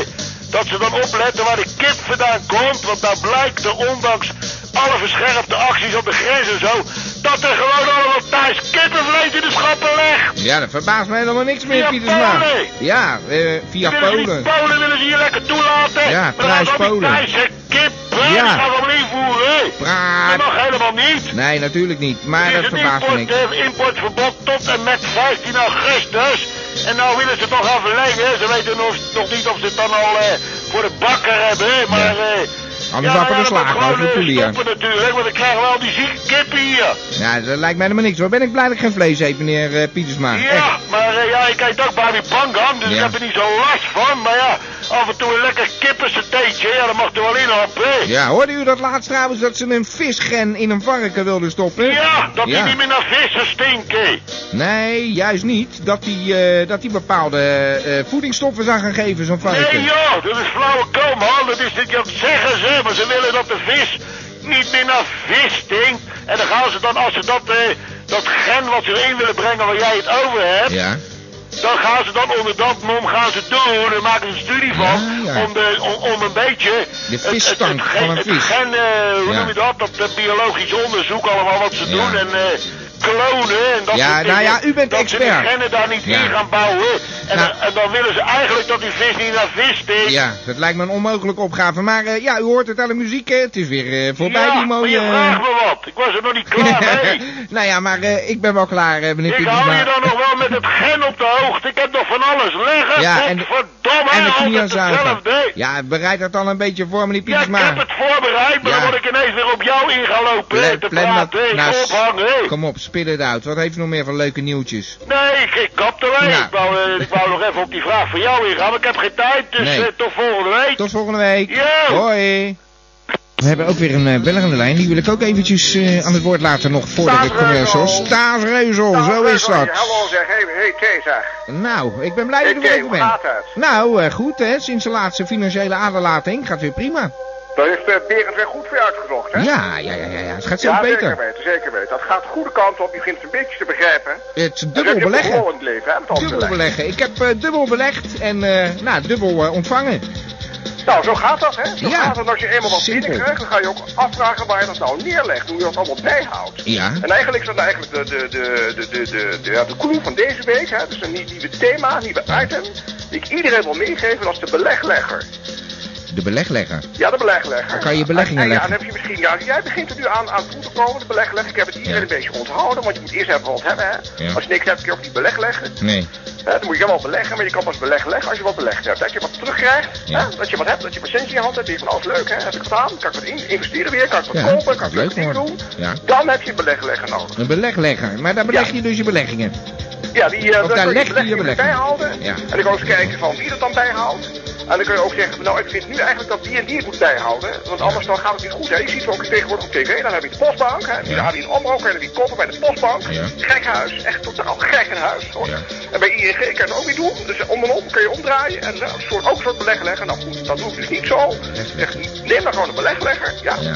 Speaker 3: dat ze dan opletten waar de kip vandaan komt, want daar blijkt er ondanks alle verscherpte acties op de grens en zo, dat er gewoon allemaal thuis kippenvlees in de schappen ligt.
Speaker 2: Ja, dat verbaast mij helemaal niks meer,
Speaker 3: Via
Speaker 2: Pietersma.
Speaker 3: Polen.
Speaker 2: Ja, eh, via
Speaker 3: willen ze die
Speaker 2: Polen.
Speaker 3: Polen willen ze hier lekker toelaten.
Speaker 2: Ja,
Speaker 3: maar dan
Speaker 2: prijs
Speaker 3: gaan ze al die
Speaker 2: Polen.
Speaker 3: Thaise kippen,
Speaker 2: Ja.
Speaker 3: die gaan we allemaal invoeren. hè. Dat
Speaker 2: Praat.
Speaker 3: mag helemaal niet.
Speaker 2: Nee, natuurlijk niet. Maar
Speaker 3: Er
Speaker 2: dat
Speaker 3: is een
Speaker 2: verbaast me niks.
Speaker 3: import, eh, importverbod tot en met 15 augustus. En nou willen ze toch gaan verlengen. Ze weten nog, nog niet of ze het dan al eh, voor de bakker hebben. hè, Maar,
Speaker 2: Ja.
Speaker 3: eh,
Speaker 2: Anders
Speaker 3: ja,
Speaker 2: dan voor de
Speaker 3: dat moet
Speaker 2: slager,
Speaker 3: gewoon,
Speaker 2: voor de
Speaker 3: eh,
Speaker 2: koelier.
Speaker 3: stoppen natuurlijk, want dan krijgen we al die zieke kippen hier.
Speaker 2: Ja, dat lijkt mij helemaal niks. Waar ben ik blij dat ik geen vlees eet, meneer eh, Pietersma.
Speaker 3: Ja, maar eh, ja, ik eet ook Babi Pangan, dus
Speaker 2: Ja.
Speaker 3: ik heb er niet zo last van. Maar ja, af en toe een lekker kippensateetje, ja, dat mag er wel in happen. hè.
Speaker 2: Ja, hoorde u dat laatst trouwens dat ze een visgen in een varken wilden stoppen?
Speaker 3: Ja, dat die
Speaker 2: Ja.
Speaker 3: niet meer naar vissen stinken.
Speaker 2: Nee, juist niet. Dat die, eh, dat die bepaalde eh, voedingsstoffen zou gaan geven, zo'n varken.
Speaker 3: Nee joh, dat is flauwekul man, dat is dit, dat zeggen ze, maar ze willen dat de vis niet meer naar vis stinkt. En dan gaan ze dan, als ze dat, eh, dat gen wat ze erin willen brengen waar jij het over hebt,
Speaker 2: Ja,
Speaker 3: Dan gaan ze dan onder dat mom gaan ze doen en maken ze een studie van.
Speaker 2: Ah, Ja, ja.
Speaker 3: Om, de, om, om een beetje...
Speaker 2: De
Speaker 3: het- het-
Speaker 2: visstank
Speaker 3: het gen-
Speaker 2: van een
Speaker 3: het
Speaker 2: vis.
Speaker 3: gen, eh, hoe
Speaker 2: Ja.
Speaker 3: noem je dat? Dat, dat biologisch onderzoek allemaal wat ze
Speaker 2: Ja.
Speaker 3: doen. En eh, klonen en dat
Speaker 2: Ja,
Speaker 3: soort
Speaker 2: nou
Speaker 3: dingen.
Speaker 2: ja, u bent
Speaker 3: dat ze
Speaker 2: expert.
Speaker 3: die genen daar niet
Speaker 2: Ja.
Speaker 3: in gaan bouwen. En,
Speaker 2: Nou.
Speaker 3: dan, en dan willen ze eigenlijk dat die vis niet naar vis steekt.
Speaker 2: Ja, dat lijkt me een onmogelijke opgave. Maar eh, ja, u hoort het aan de muziek. hè. Het is weer eh, voorbij
Speaker 3: ja,
Speaker 2: die
Speaker 3: maar
Speaker 2: mooie...
Speaker 3: je vraagt me wat. Ik was er nog niet klaar mee.
Speaker 2: nou ja, maar eh, ik ben wel klaar, eh, meneer
Speaker 3: Ik
Speaker 2: Pietersma.
Speaker 3: hou je dan nog wel met het gen op de hoogte. Ik heb nog van alles liggen.
Speaker 2: Ja, en de-
Speaker 3: Godverdomme,
Speaker 2: En de
Speaker 3: altijd
Speaker 2: knieënzagen.
Speaker 3: hetzelfde.
Speaker 2: Ja, bereid dat dan een beetje voor, meneer
Speaker 3: Ja, ik
Speaker 2: Pietersma.
Speaker 3: heb het voorbereid, maar
Speaker 2: Ja.
Speaker 3: dan word ik ineens weer op jou ingelopen. hè,
Speaker 2: Plan-
Speaker 3: te
Speaker 2: plan
Speaker 3: praten,
Speaker 2: dat-
Speaker 3: ik
Speaker 2: nou, s-
Speaker 3: ophangen. hè.
Speaker 2: Kom op, spit het uit. Wat heeft u nog meer van leuke nieuwtjes?
Speaker 3: Nee, ik, ik kap er
Speaker 2: Nou.
Speaker 3: Ik, wou, eh, ik wou nog even op die vraag van jou ingaan, maar ik heb geen tijd. Dus
Speaker 2: Nee.
Speaker 3: eh, tot volgende week.
Speaker 2: Tot volgende week.
Speaker 3: Yo!
Speaker 2: Hoi. We hebben ook weer een eh, beller aan de lijn. Die wil ik ook eventjes eh, aan het woord laten nog voor de
Speaker 4: Staes
Speaker 2: commercial.
Speaker 4: Reuzel.
Speaker 2: Staas Reuzel, Oh, zo is dat.
Speaker 4: Hallo zeg, hé hey, Tessa.
Speaker 2: Nou, ik ben blij dat je
Speaker 4: Oké,
Speaker 2: er even
Speaker 4: hoe
Speaker 2: bent.
Speaker 4: gaat het?
Speaker 2: Nou, eh, goed hè. Sinds de laatste financiële aderlating gaat weer prima.
Speaker 4: Daar heeft eh, Berend weer goed voor uitgezocht, hè?
Speaker 2: Ja, ja, ja, ja. ja. Het gaat
Speaker 4: Ja,
Speaker 2: steeds
Speaker 4: zeker
Speaker 2: beter.
Speaker 4: weten, zeker weten. Dat gaat de goede kant op, je begint het een beetje te begrijpen.
Speaker 2: Het is
Speaker 4: Dat heb
Speaker 2: dubbel
Speaker 4: je
Speaker 2: beleggen.
Speaker 4: vooral in het leven, hè, met
Speaker 2: Dubbel
Speaker 4: handbeleggen.
Speaker 2: beleggen. Ik heb eh, dubbel belegd en eh, nou, dubbel eh, ontvangen.
Speaker 4: Nou, zo gaat dat, hè? Zo
Speaker 2: Ja.
Speaker 4: gaat dat als je eenmaal wat
Speaker 2: Simpel.
Speaker 4: binnenkrijgt, dan ga je ook afvragen waar je dat nou neerlegt, hoe je dat allemaal bijhoudt.
Speaker 2: Ja.
Speaker 4: En eigenlijk is dat eigenlijk de, de, de, de, de, de, de, ja, de clue van deze week, hè? Dus een nie- nieuwe thema, een nieuwe item, die ik iedereen wil meegeven, dat is de beleglegger.
Speaker 2: De beleglegger.
Speaker 4: Ja, de beleglegger.
Speaker 2: Dan kan je beleggingen
Speaker 4: en, en, ja,
Speaker 2: leggen.
Speaker 4: dan heb je misschien, ja, jij begint er nu aan, aan toe te komen, de beleglegger. Ik heb het iedereen
Speaker 2: Ja.
Speaker 4: een beetje onthouden, want je moet eerst even wat hebben, hè.
Speaker 2: Ja.
Speaker 4: Als je niks hebt, kun je ook niet beleg leggen.
Speaker 2: Nee.
Speaker 4: Hè, dan moet je wel beleggen, maar je kan pas beleg leggen als je wat belegd hebt. Dat je wat terugkrijgt,
Speaker 2: Ja.
Speaker 4: hè? dat je wat hebt, dat je patiënten in je hand hebt. Die van, alles leuk, hè? heb ik wat aan, kan ik wat in- investeren weer, kan ik wat
Speaker 2: Ja,
Speaker 4: kopen,
Speaker 2: dat
Speaker 4: kan
Speaker 2: is
Speaker 4: ik
Speaker 2: leuk
Speaker 4: leuk dingen
Speaker 2: geworden.
Speaker 4: doen.
Speaker 2: Ja.
Speaker 4: Dan heb je beleglegger nodig.
Speaker 2: Een beleglegger. Maar daar beleg
Speaker 4: Ja.
Speaker 2: je dus je beleggingen.
Speaker 4: Ja, die, eh
Speaker 2: Ook
Speaker 4: dat
Speaker 2: daar
Speaker 4: kun
Speaker 2: leg je je
Speaker 4: beleggingen
Speaker 2: beleggingen.
Speaker 4: bijhouden.
Speaker 2: Ja.
Speaker 4: En dan kan je eens kijken van wie dat dan bijhoudt. En dan kun je ook zeggen, van, nou ik vind nu eigenlijk dat die en die het moet bijhouden. Want anders dan gaat het niet goed. Hè. Je ziet het ook tegenwoordig op tv. Dan heb je de postbank. Hè. Die
Speaker 2: Ja.
Speaker 4: had die een omroep en die kopen bij de postbank.
Speaker 2: Ja.
Speaker 4: Gek huis. Echt totaal gek een huis. Hoor.
Speaker 2: Ja.
Speaker 4: En bij ING kan je het ook niet doen. Dus om en om kun je omdraaien. En eh, een soort, ook een soort beleg leggen. Nou goed, dat doe ik dus niet zo. Zeg, neem dan gewoon een beleglegger. Ja.
Speaker 2: Ja.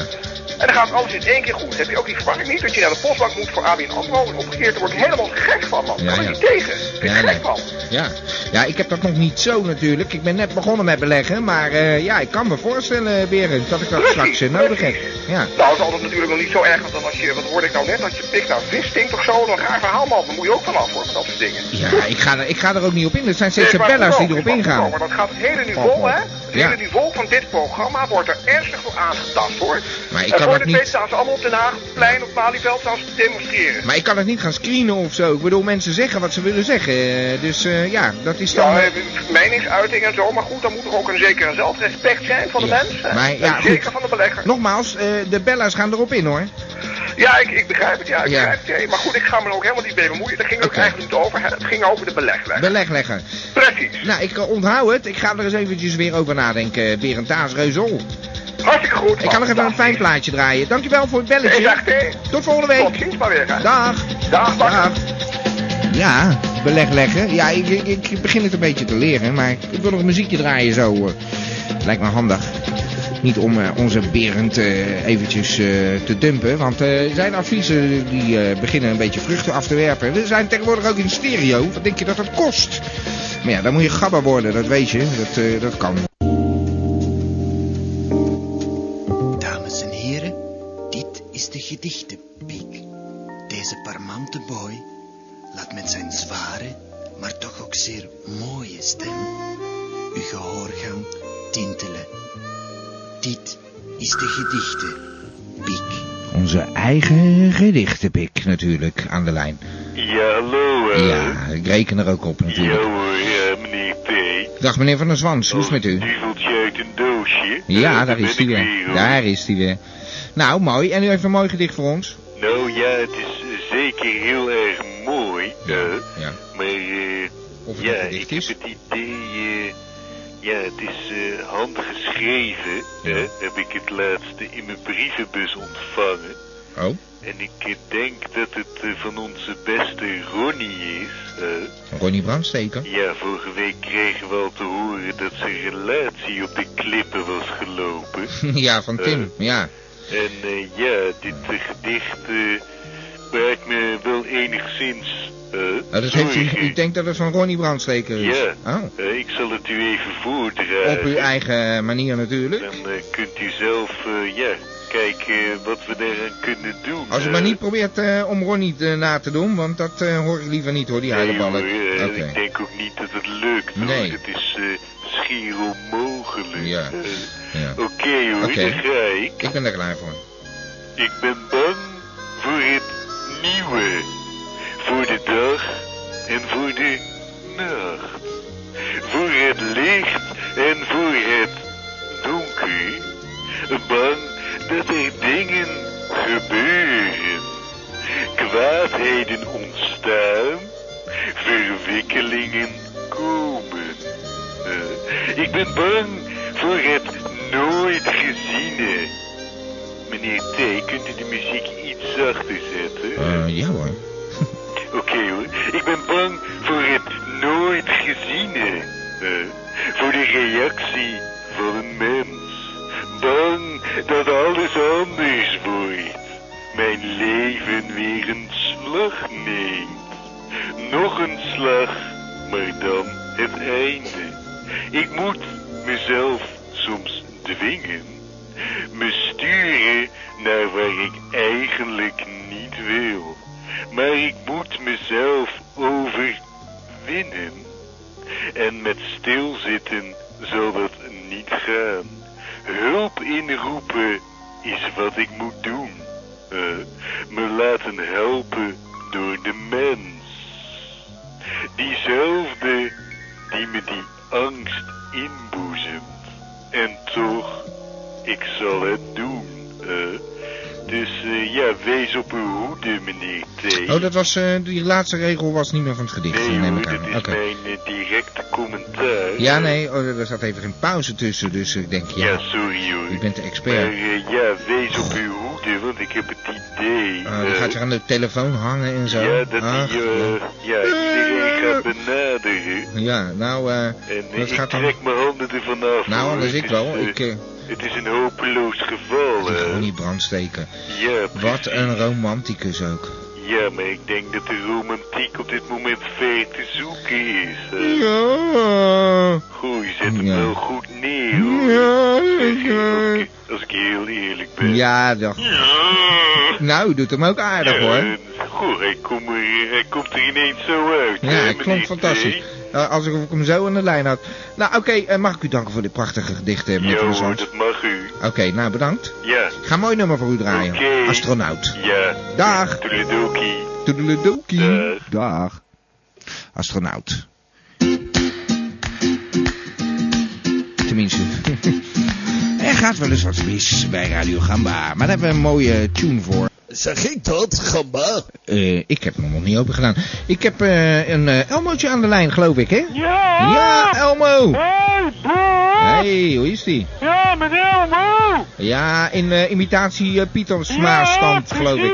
Speaker 4: En dan gaat alles in één keer goed. Dan heb je ook die verwarring niet dat je naar de postbank moet voor ABN AMRO. En omgekeerd, daar word ik helemaal gek van, man.
Speaker 2: Ja,
Speaker 4: Daar kan
Speaker 2: ja.
Speaker 4: je niet tegen. Daar ben
Speaker 2: Ja,
Speaker 4: je gek
Speaker 2: nee.
Speaker 4: van.
Speaker 2: Ja. ja, ik heb dat nog niet zo natuurlijk. Ik ben net begonnen met beleggen. Maar eh, ja, ik kan me voorstellen, eh, Berend, dat ik dat
Speaker 4: Precies,
Speaker 2: straks eh, nodig heb.
Speaker 4: precies.
Speaker 2: Ja.
Speaker 4: Nou, het is altijd natuurlijk nog niet zo erg, want dan als je, wat hoorde ik nou net, dat je pikt naar vis stinkt of zo, dan raar verhaal, man. Daar moet je ook vanaf hoor, van dat soort dingen.
Speaker 2: Ja, ik ga, er, ik ga er ook niet op in. Er zijn
Speaker 4: Nee,
Speaker 2: steeds de
Speaker 4: maar
Speaker 2: bellers die
Speaker 4: goed,
Speaker 2: erop
Speaker 4: maar goed,
Speaker 2: ingaan.
Speaker 4: Maar dat gaat het hele niveau, hè? Het
Speaker 2: Ja.
Speaker 4: hele niveau van dit programma wordt er ernstig door aangetast, hoor.
Speaker 2: Maar ik
Speaker 4: en
Speaker 2: kan
Speaker 4: voor
Speaker 2: het
Speaker 4: de
Speaker 2: niet-
Speaker 4: tweede staan ze allemaal op Den Haag, op het plein, op Malieveld, staan ze te demonstreren.
Speaker 2: Maar ik kan het niet gaan screenen of zo. Ik bedoel, mensen zeggen wat ze willen zeggen. Eh, Dus eh, ja, dat is dan...
Speaker 4: Ja, eh, meningsuiting en zo, maar goed, dan moet er ook een zekere zelfrespect zijn van de
Speaker 2: Ja.
Speaker 4: mens. hè?
Speaker 2: Maar
Speaker 4: En
Speaker 2: ja,
Speaker 4: zeker
Speaker 2: goed.
Speaker 4: van de belegger.
Speaker 2: Nogmaals, eh, de bellers gaan erop in hoor.
Speaker 4: Ja, ik, ik begrijp het, ja, ik
Speaker 2: Ja.
Speaker 4: begrijp het. ja. Maar goed, ik ga me er ook helemaal niet mee bemoeien. Daar ging het
Speaker 2: Oké.
Speaker 4: ook eigenlijk niet over. hè. Het ging over de belegweg.
Speaker 2: Beleglegger.
Speaker 4: Precies.
Speaker 2: Nou, ik eh, onthoud het. Ik ga er eens eventjes weer over nadenken, eh, Berend Taas Reuzel.
Speaker 4: Hartstikke goed.
Speaker 2: Ik kan nog even een fijn plaatje draaien. Dankjewel voor het belletje.
Speaker 4: Exact.
Speaker 2: Tot volgende
Speaker 4: Tot
Speaker 2: week.
Speaker 4: ziens maar weer. hè.
Speaker 2: Dag.
Speaker 4: Dag, dag.
Speaker 2: Ja, beleglegger. Ja, ik, ik, ik begin het een beetje te leren, maar ik wil nog een muziekje draaien zo. eh. Lijkt me handig. Niet om eh, onze Berend eh, eventjes eh, te dumpen, want eh, zijn adviezen die eh, beginnen een beetje vruchten af te werpen. We zijn tegenwoordig ook in stereo. Wat denk je dat dat kost? Maar ja, dan moet je gabber worden, dat weet je. Dat, eh, dat kan.
Speaker 6: Dames en heren, dit is de gedichtenpiek. Deze parmante boy laat met zijn zware, maar toch ook zeer mooie stem uw gehoorgang tintelen. Dit is de gedichtenpiek.
Speaker 2: Onze eigen gedichtenpik natuurlijk aan de lijn.
Speaker 5: Ja, hallo.
Speaker 3: eh.
Speaker 2: Ja, ik reken er ook op natuurlijk.
Speaker 5: hoor, meneer P.
Speaker 2: Dag meneer Van der Zwans, hoe is het met u?
Speaker 5: Duveltje uit een doosje.
Speaker 3: Eh,
Speaker 2: Ja, daar is hij weer. Daar is hij weer. Nou, mooi. En u heeft een mooi gedicht voor ons.
Speaker 5: Nou ja, het is eh, zeker heel erg mooi. eh,
Speaker 2: ja.
Speaker 5: Maar eh,
Speaker 2: Of het
Speaker 5: ja,
Speaker 2: een
Speaker 5: ik
Speaker 2: gedicht
Speaker 5: heb
Speaker 2: is.
Speaker 5: het idee... eh, ja, het is eh, handgeschreven. eh,
Speaker 2: Ja.
Speaker 5: heb ik het laatste in mijn brievenbus ontvangen.
Speaker 2: Oh,
Speaker 5: En ik eh, denk dat het eh, van onze beste Ronnie is. eh.
Speaker 2: Ronnie Brandsteker.
Speaker 5: ja, vorige week kregen we al te horen dat zijn relatie op de klippen was gelopen.
Speaker 2: ja, van Tim. Ja.
Speaker 5: En eh, ja, dit eh, gedicht eh, maakt me wel enigszins Eh,
Speaker 2: Nou, dat
Speaker 5: sorry,
Speaker 2: heeft u, u
Speaker 5: Geert.
Speaker 2: denkt dat het van Ronnie Brandsteker is?
Speaker 5: Ja,
Speaker 2: Oh,
Speaker 5: Eh, ik zal het u even voordragen.
Speaker 2: op uw eigen manier natuurlijk.
Speaker 5: Dan eh, kunt u zelf, eh, ja, kijken wat we daaraan kunnen doen.
Speaker 2: Als u
Speaker 5: eh.
Speaker 2: maar niet probeert eh, om Ronnie eh, na te doen, want dat eh, hoor ik liever niet hoor, die
Speaker 5: Nee,
Speaker 2: heileballen.
Speaker 5: hoor,
Speaker 2: Oké.
Speaker 5: eh, Ik denk ook niet dat het lukt. hoor.
Speaker 2: Nee.
Speaker 5: Het is eh, schier onmogelijk.
Speaker 2: Ja.
Speaker 5: Eh,
Speaker 2: Ja.
Speaker 5: Oké hoor,
Speaker 2: Oké.
Speaker 5: dan ga ik.
Speaker 2: Ik ben er klaar voor.
Speaker 5: Ik ben bang voor het nieuwe. Voor de dag en voor de nacht. Voor het licht en voor het donker. Bang dat er dingen gebeuren. Kwaadheden ontstaan. Verwikkelingen komen. Eh, ik ben bang voor het nooit geziene. Meneer T, kunt u de muziek iets zachter zetten?
Speaker 2: Eh, ja hoor.
Speaker 5: Oké hoor, ik ben bang voor het nooit geziene. Eh, voor de reactie van een mens. Bang dat alles anders wordt. Mijn leven weer een slag neemt. Nog een slag, maar dan het einde. Ik moet mezelf soms dwingen. Me sturen naar waar ik eigenlijk niet wil. Maar ik moet mezelf overwinnen. En met stilzitten zal dat niet gaan. Hulp inroepen is wat ik moet doen. Eh, me laten helpen door de mens. Diezelfde die me die angst inboezemt. En toch, ik zal het doen. eh. dus eh, ja, wees op uw hoede, meneer T.
Speaker 2: Oh, dat was, eh, die laatste regel was niet meer van het gedicht,
Speaker 5: Nee
Speaker 2: neem
Speaker 5: hoor,
Speaker 2: ik
Speaker 5: dat
Speaker 2: aan.
Speaker 5: is
Speaker 2: Oké.
Speaker 5: mijn eh, directe commentaar.
Speaker 2: Ja, nee, oh, er zat even geen pauze tussen, dus ik denk,
Speaker 5: Ja,
Speaker 2: ja,
Speaker 5: sorry hoor.
Speaker 2: u bent de
Speaker 5: Maar
Speaker 2: expert.
Speaker 5: eh, ja, wees op uw hoede, want ik heb het idee...
Speaker 2: Eh die
Speaker 5: eh,
Speaker 2: gaat zich aan de telefoon hangen en zo.
Speaker 5: Ja, dat
Speaker 2: Ah,
Speaker 5: die, eh, ja, iedereen gaat benaderen.
Speaker 2: ja, nou, eh,
Speaker 5: En eh,
Speaker 2: dat
Speaker 5: ik
Speaker 2: gaat dan...
Speaker 5: trek mijn handen ervan af.
Speaker 2: Nou,
Speaker 5: hoor.
Speaker 2: anders
Speaker 5: Het
Speaker 2: ik
Speaker 5: is,
Speaker 2: wel.
Speaker 5: eh,
Speaker 2: Ik eh,
Speaker 5: Het is een hopeloos geval,
Speaker 2: ik
Speaker 5: hè?
Speaker 2: gewoon niet brandsteken.
Speaker 5: Ja,
Speaker 2: Wat
Speaker 5: precies.
Speaker 2: een romanticus ook.
Speaker 5: Ja, maar ik denk dat de romantiek op dit moment ver te zoeken is. hè.
Speaker 2: Ja,
Speaker 5: Goh, je zet hem
Speaker 2: Ja.
Speaker 5: wel goed neer, hoor.
Speaker 2: Ja,
Speaker 5: Zeg
Speaker 2: ik, eh.
Speaker 5: ik ook, Als ik heel eerlijk ben.
Speaker 2: ja toch.
Speaker 5: Ja.
Speaker 2: Nou, doet hem ook aardig
Speaker 5: Eh,
Speaker 2: hoor.
Speaker 5: Ja, Goh, hij, kom er, hij komt er ineens zo uit.
Speaker 2: Ja,
Speaker 5: hè,
Speaker 2: hij
Speaker 5: meneer
Speaker 2: klonk
Speaker 5: T.
Speaker 2: fantastisch. Eh, als ik, of ik hem zo aan de lijn had. Nou, oké, eh, mag ik u danken voor dit prachtige gedicht, eh, meneer
Speaker 5: Ja
Speaker 2: Van
Speaker 5: hoor,
Speaker 2: Zandt?
Speaker 5: dat mag u.
Speaker 2: Oké, nou bedankt.
Speaker 5: Ja,
Speaker 2: Ik ga een mooi nummer voor u draaien.
Speaker 5: Oké.
Speaker 2: Astronaut.
Speaker 5: ja.
Speaker 2: Dag.
Speaker 5: Toedeledokie.
Speaker 7: Eh.
Speaker 2: Toedeledokie. Dag.
Speaker 5: Dag.
Speaker 2: Astronaut. Tenminste. Er gaat wel eens wat mis bij Radio Gamba. Maar daar hebben we een mooie tune voor.
Speaker 8: Zeg ik dat, gamba?
Speaker 2: Eh, ik heb hem nog niet open gedaan. Ik heb eh, een eh, Elmootje aan de lijn, geloof ik, hè?
Speaker 7: Ja!
Speaker 2: Ja, Elmo!
Speaker 7: Hey, broer!
Speaker 2: Hey, hoe is die?
Speaker 7: Ja, met Elmo!
Speaker 2: Ja, in eh, imitatie eh, Pieter Smaarstand, geloof ik.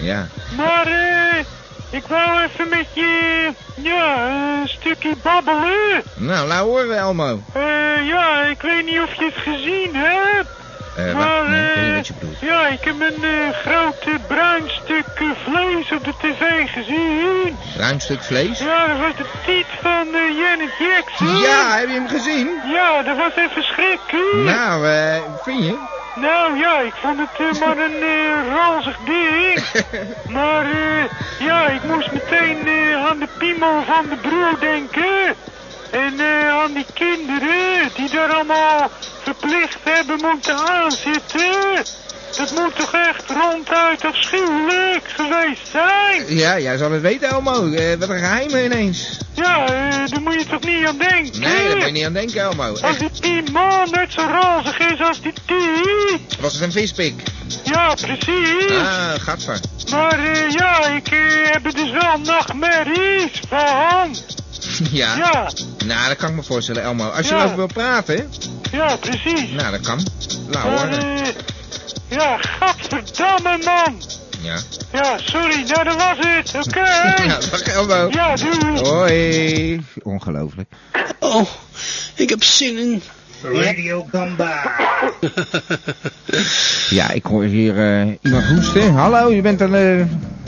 Speaker 2: Ja.
Speaker 7: Maar eh, ik wou even met je, ja, een stukje babbelen.
Speaker 2: Nou, laat horen, Elmo.
Speaker 7: Eh, ja, ik weet niet of je het gezien hebt,
Speaker 2: Eh wacht,
Speaker 7: maar
Speaker 2: nee, ik weet niet
Speaker 7: eh,
Speaker 2: wat je bedoelt.
Speaker 7: ja, ik heb een eh, groot eh, bruin stuk eh, vlees op de tv gezien.
Speaker 2: Ruim stuk vlees?
Speaker 7: Ja, dat was de tiet van eh, Janet Jackson.
Speaker 2: Ja, heb je hem gezien?
Speaker 7: Ja, dat was even schrikken.
Speaker 2: Nou, eh, vind je?
Speaker 7: Nou ja, ik vond het eh, maar een eh rozig ding. Maar eh, ja, ik moest meteen eh, aan de piemel van de broer denken. En eh, aan die kinderen eh, die daar allemaal verplicht hebben moeten aanzitten. Dat moet toch echt ronduit afschuwelijk geweest zijn?
Speaker 2: Ja, jij zal het weten, Elmo. Eh, wat een geheim ineens.
Speaker 7: Ja, eh, daar moet je toch niet aan denken?
Speaker 2: Nee, daar ben je niet aan denken, Elmo.
Speaker 7: Als
Speaker 2: Echt,
Speaker 7: die piemel net zo rozig is als die tiet.
Speaker 2: was het een vispik?
Speaker 7: Ja, precies.
Speaker 2: Ah, gatver.
Speaker 7: Maar eh, ja, ik eh, heb er dus wel nachtmerries van.
Speaker 2: Ja.
Speaker 7: Ja,
Speaker 2: Nou, dat kan ik me voorstellen, Elmo. Als je
Speaker 7: Ja.
Speaker 2: erover wil praten,
Speaker 7: ja, precies.
Speaker 2: nou, dat kan. Laat
Speaker 7: Maar,
Speaker 2: horen.
Speaker 7: eh, ja, gadverdamme man.
Speaker 2: Ja.
Speaker 7: Ja, sorry, nou dat was het. Oké.
Speaker 2: Ja, dag, Elmo.
Speaker 7: Ja, doei.
Speaker 2: Hoi. Ongelooflijk.
Speaker 8: Oh, ik heb zin in.
Speaker 9: Radio Gamba.
Speaker 2: Ja, ik hoor hier eh, iemand hoesten. Hallo, je bent een, eh,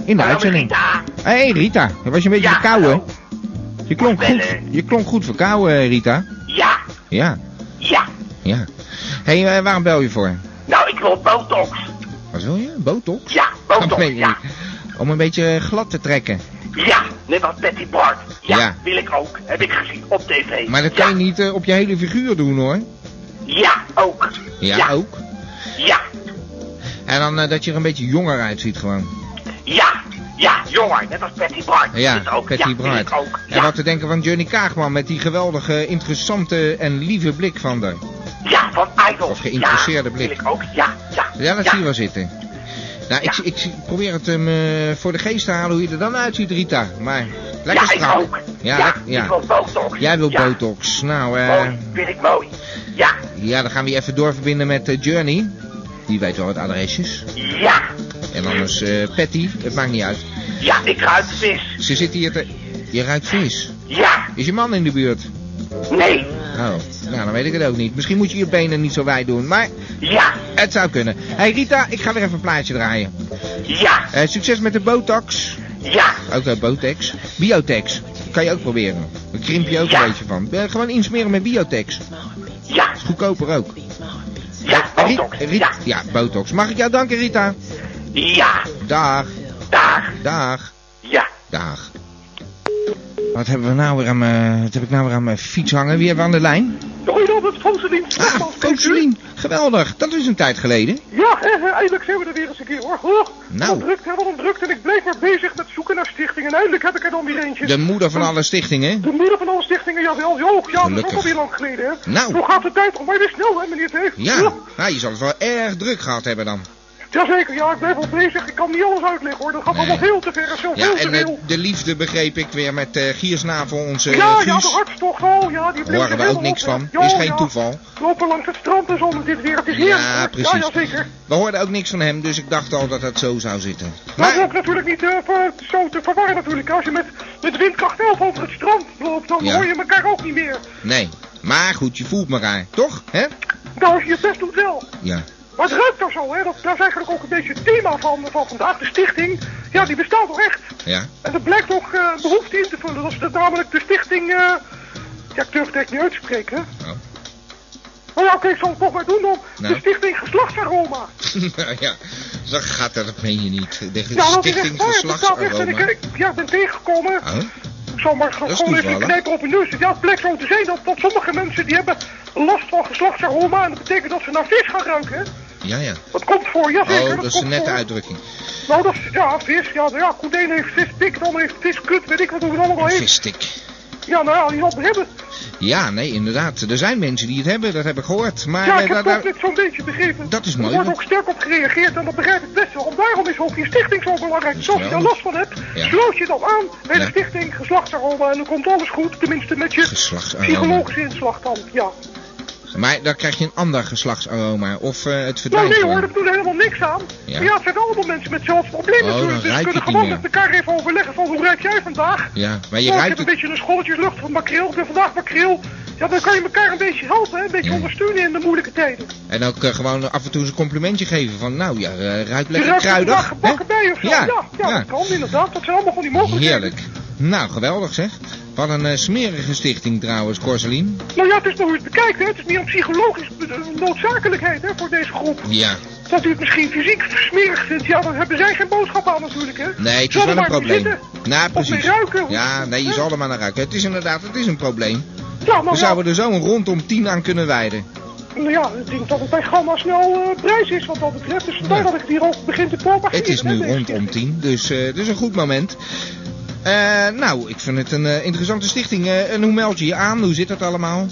Speaker 2: in de uitzending. Hé hey, Rita, dat was je een beetje
Speaker 10: Ja,
Speaker 2: verkouden.
Speaker 10: hallo.
Speaker 2: Je klonk,
Speaker 10: Ik ben,
Speaker 2: goed,
Speaker 10: eh,
Speaker 2: je klonk goed verkouden, eh, Rita.
Speaker 10: Ja,
Speaker 2: Ja,
Speaker 10: ja.
Speaker 2: ja. Hé, hey, eh, waarom bel je voor?
Speaker 10: Nou, ik wil botox.
Speaker 2: Wat wil je? Botox?
Speaker 10: Ja, botox,
Speaker 2: Nee,
Speaker 10: ja.
Speaker 2: Om een beetje glad te trekken.
Speaker 10: Ja, net als Betty Bart. Ja,
Speaker 2: Ja.
Speaker 10: wil ik ook. Heb ik gezien op tv.
Speaker 2: Maar dat
Speaker 10: ja.
Speaker 2: kan je niet eh, op je hele figuur doen hoor.
Speaker 10: Ja, ook.
Speaker 2: Ja,
Speaker 10: ja,
Speaker 2: ook.
Speaker 10: Ja,
Speaker 2: En dan eh, dat je er een beetje jonger uitziet gewoon.
Speaker 10: ja, ja, jongen. Net als Betty Bart.
Speaker 2: Ja,
Speaker 10: Dat ook.
Speaker 2: Patty
Speaker 10: ja, wil
Speaker 2: Bright.
Speaker 10: ik ook.
Speaker 2: En
Speaker 10: Ja,
Speaker 2: wat te denken van Johnny Kaagman met die geweldige, interessante en lieve blik van haar.
Speaker 10: ja van Idol.
Speaker 2: Of geïnteresseerde
Speaker 10: ja,
Speaker 2: blik.
Speaker 10: wil ik ook. Ja, ja.
Speaker 2: Ja, dat
Speaker 10: ja.
Speaker 2: zie je wel zitten. Nou, ik,
Speaker 10: Ja.
Speaker 2: ik probeer het hem eh, voor de geest te halen hoe je er dan uitziet, Rita. Maar lekker
Speaker 10: Ja, ik
Speaker 2: strak.
Speaker 10: ook.
Speaker 2: Ja,
Speaker 10: Ja,
Speaker 2: lek- ja.
Speaker 10: ik wil botox.
Speaker 2: Jij wil
Speaker 10: ja.
Speaker 2: botox. Nou, eh
Speaker 10: Mooi, vind ik mooi. Ja,
Speaker 2: ja, dan gaan we je even doorverbinden met eh, Journey. Die weet wel wat adresjes.
Speaker 10: ja,
Speaker 2: En anders eh, Patty, het maakt niet uit.
Speaker 10: ja, ik ruik vis.
Speaker 2: Ze zitten hier te... Je ruikt vis.
Speaker 10: Ja,
Speaker 2: Is je man in de buurt?
Speaker 10: nee,
Speaker 2: Oh, nou dan weet ik het ook niet. Misschien moet je je benen niet zo wijd doen, maar
Speaker 10: ja,
Speaker 2: het zou kunnen. Hé hey Rita, ik ga weer even een plaatje draaien.
Speaker 10: ja,
Speaker 2: Eh, succes met de Botox.
Speaker 10: ja,
Speaker 2: Ook eh, Botex. Biotex. Kan je ook proberen. Daar krimp je ook
Speaker 10: Ja.
Speaker 2: een beetje van. Eh, gewoon insmeren met Biotex.
Speaker 10: ja,
Speaker 2: Goedkoper ook.
Speaker 10: ja,
Speaker 2: Eh, Ri-
Speaker 10: botox.
Speaker 2: Ri-
Speaker 10: Ja,
Speaker 2: ja, Botox. Mag ik jou danken, Rita?
Speaker 10: ja,
Speaker 2: Dag,
Speaker 10: daar,
Speaker 2: dag,
Speaker 10: ja.
Speaker 2: dag. Wat hebben we nou weer aan mijn... Wat heb ik nou weer aan mijn fiets hangen? Wie hebben we aan de lijn?
Speaker 11: Goedenavond, Fonselien.
Speaker 2: Ah, Foxelien. Geweldig. Dat is een tijd geleden.
Speaker 11: Ja, hè, hè, eindelijk zijn we er weer eens een keer hoor. Oh,
Speaker 2: Nou.
Speaker 11: Wat druk, hè, wat een druk. En ik bleef maar bezig met zoeken naar stichtingen. En eindelijk heb ik er dan weer eentje.
Speaker 2: De moeder van alle stichtingen.
Speaker 11: De moeder van alle stichtingen, jawel. Jo, ja, dat is ook
Speaker 2: Gelukkig.
Speaker 11: alweer lang geleden hè.
Speaker 2: Nou.
Speaker 11: Hoe gaat de tijd om? Maar weer snel hè, meneer Teef.
Speaker 2: Ja, nou, je zal het wel erg druk gehad hebben dan.
Speaker 11: Jazeker, ja, ik blijf al bezig. Ik kan niet alles uitleggen hoor. Dat gaat allemaal veel te ver en zo
Speaker 2: Ja,
Speaker 11: veel te
Speaker 2: en eh,
Speaker 11: veel.
Speaker 2: de liefde begreep ik weer met eh Giersnavel, onze eh,
Speaker 11: Ja, ja, de
Speaker 2: Guus.
Speaker 11: hartstocht, oh ja, die bleef
Speaker 2: Horen we
Speaker 11: er
Speaker 2: ook niks
Speaker 11: helemaal op,
Speaker 2: van.
Speaker 11: hè. Ja,
Speaker 2: Is geen
Speaker 11: ja.
Speaker 2: toeval.
Speaker 11: Lopen langs het strand en zo met dit weer. Het is heerlijk.
Speaker 2: Ja,
Speaker 11: hoor.
Speaker 2: precies.
Speaker 11: Ja, jazeker.
Speaker 2: We hoorden ook niks van hem, dus ik dacht al dat dat zo zou zitten.
Speaker 11: Dat is ook
Speaker 2: Maar,
Speaker 11: natuurlijk niet eh, ver- zo te verwarren natuurlijk. Als je met, met windkracht 11 over het strand loopt, dan
Speaker 2: Ja.
Speaker 11: hoor je elkaar ook niet meer.
Speaker 2: nee. Maar goed, je voelt elkaar, toch? Hè?
Speaker 11: Nou, als je je best doet wel.
Speaker 2: Ja.
Speaker 11: Maar het ruikt daar zo, hè. Dat, dat is eigenlijk ook een beetje het thema van, van vandaag. De stichting, ja, die bestaat toch echt.
Speaker 2: Ja.
Speaker 11: En er blijkt ook eh, een behoefte in te vullen. Dat is dat namelijk de stichting... eh, ja, ik durf het echt niet uit te spreken, hè.
Speaker 2: Oh.
Speaker 11: Nou ja, oké, ik zal het toch maar doen dan.
Speaker 2: Nou.
Speaker 11: De stichting Geslachtsaroma.
Speaker 2: Nou ja, zo gaat dat, dat meen je niet. De
Speaker 11: Ja, dat is echt
Speaker 2: stichting
Speaker 11: waar. Nou, Het bestaat echt. En ik,
Speaker 2: geslachtsaroma.
Speaker 11: ik- ja, ik ben tegengekomen.
Speaker 2: Oh,
Speaker 11: Ik zal maar
Speaker 2: is
Speaker 11: gewoon even
Speaker 2: toeval, hè?
Speaker 11: knijpen op hun neus. Ja, het blijkt zo te zijn dat, dat sommige mensen die hebben last van geslachtsaroma. En dat betekent dat ze naar vis gaan ruiken. hè.
Speaker 2: ja, ja.
Speaker 11: Dat komt voor, ja zeker.
Speaker 2: Oh, dat is een
Speaker 11: komt
Speaker 2: nette
Speaker 11: voor.
Speaker 2: uitdrukking.
Speaker 11: Nou, dat is, ja, vis. Ja, nou ja, Koedeen heeft vis, pik, dan heeft vis, kut, weet ik wat hoe het allemaal heet.
Speaker 2: Vistik.
Speaker 11: Ja, nou ja, die zal het hebben.
Speaker 2: Ja, nee, inderdaad. Er zijn mensen die het hebben, dat heb ik gehoord. Maar
Speaker 11: Ja,
Speaker 2: eh,
Speaker 11: ik heb
Speaker 2: daar-
Speaker 11: dat
Speaker 2: daar-
Speaker 11: net zo'n beetje begrepen.
Speaker 2: Dat is mooi,
Speaker 11: Er wordt
Speaker 2: want-
Speaker 11: ook sterk op gereageerd en dat begrijp ik best wel. Want daarom is ook die stichting zo belangrijk. Dus als je daar
Speaker 2: Geweldig.
Speaker 11: last van hebt,
Speaker 2: Ja.
Speaker 11: sloot je dan aan bij
Speaker 2: Ja.
Speaker 11: de stichting geslachtsaroma. En dan komt alles goed, tenminste met je
Speaker 2: Geslachtsaroma.
Speaker 11: psychologische inslag dan. Ja.
Speaker 2: maar dan krijg je een ander geslachtsaroma. Of eh, het
Speaker 11: Nou
Speaker 2: verdwijnt
Speaker 11: nee
Speaker 2: gewoon.
Speaker 11: hoor, dat doet er helemaal niks aan.
Speaker 2: Ja.
Speaker 11: Maar ja, het zijn allemaal mensen met zelfs
Speaker 2: Oh,
Speaker 11: problemen
Speaker 2: dan
Speaker 11: natuurlijk. Dus
Speaker 2: ruik je
Speaker 11: we kunnen
Speaker 2: het niet
Speaker 11: gewoon
Speaker 2: meer.
Speaker 11: met elkaar even overleggen van hoe ruik jij vandaag?
Speaker 2: Ja, maar je
Speaker 11: Oh, ik
Speaker 2: ruikt
Speaker 11: heb een
Speaker 2: het.
Speaker 11: beetje een scholletje lucht van makreel. Ik ben vandaag makreel. Ja, dan kan je elkaar een beetje helpen, hè? een beetje
Speaker 2: Ja.
Speaker 11: ondersteunen in de moeilijke tijden.
Speaker 2: En ook eh, gewoon af en toe eens een complimentje geven van, nou ja, eh, ruikt
Speaker 11: Je
Speaker 2: lekker
Speaker 11: ruikt er vandaag
Speaker 2: kruidig.
Speaker 11: gebakken
Speaker 2: hè?
Speaker 11: bij of zo. Ja, ja, dat kan inderdaad. Dat zijn allemaal van die mogelijkheden.
Speaker 2: Heerlijk. Nou, geweldig zeg. Wat een eh, smerige stichting trouwens, Corselien.
Speaker 11: Nou ja, het is nog hoe je het bekijkt. Hè? Het is meer een psychologische eh, noodzakelijkheid hè, voor deze groep.
Speaker 2: Ja,
Speaker 11: Dat u het misschien fysiek smerig vindt, ja, dan hebben zij geen boodschap aan natuurlijk. Hè?
Speaker 2: nee, het
Speaker 11: Zal
Speaker 2: is
Speaker 11: er
Speaker 2: wel een
Speaker 11: maar mee
Speaker 2: probleem.
Speaker 11: zitten.
Speaker 2: Nou, precies.
Speaker 11: mee ruiken, hoe-
Speaker 2: Ja, nee, je
Speaker 11: hè?
Speaker 2: zal er maar naar ruiken. Het is inderdaad, het is een probleem.
Speaker 11: Ja,
Speaker 2: We
Speaker 11: nou ja,
Speaker 2: zouden er zo een rondom tien aan kunnen wijden.
Speaker 11: nou ja, ik denk dat het bij Gamma snel eh, prijs is wat dat betreft. Dus vandaar
Speaker 2: Ja.
Speaker 11: dat ik het hier al begin te propageren.
Speaker 2: Het is
Speaker 11: hè,
Speaker 2: nu
Speaker 11: deze
Speaker 2: rondom
Speaker 11: stichting.
Speaker 2: tien, dus eh dus een goed moment. Eh, nou, ik vind het een eh, interessante stichting. Eh, en hoe meld je je aan? Hoe zit dat allemaal?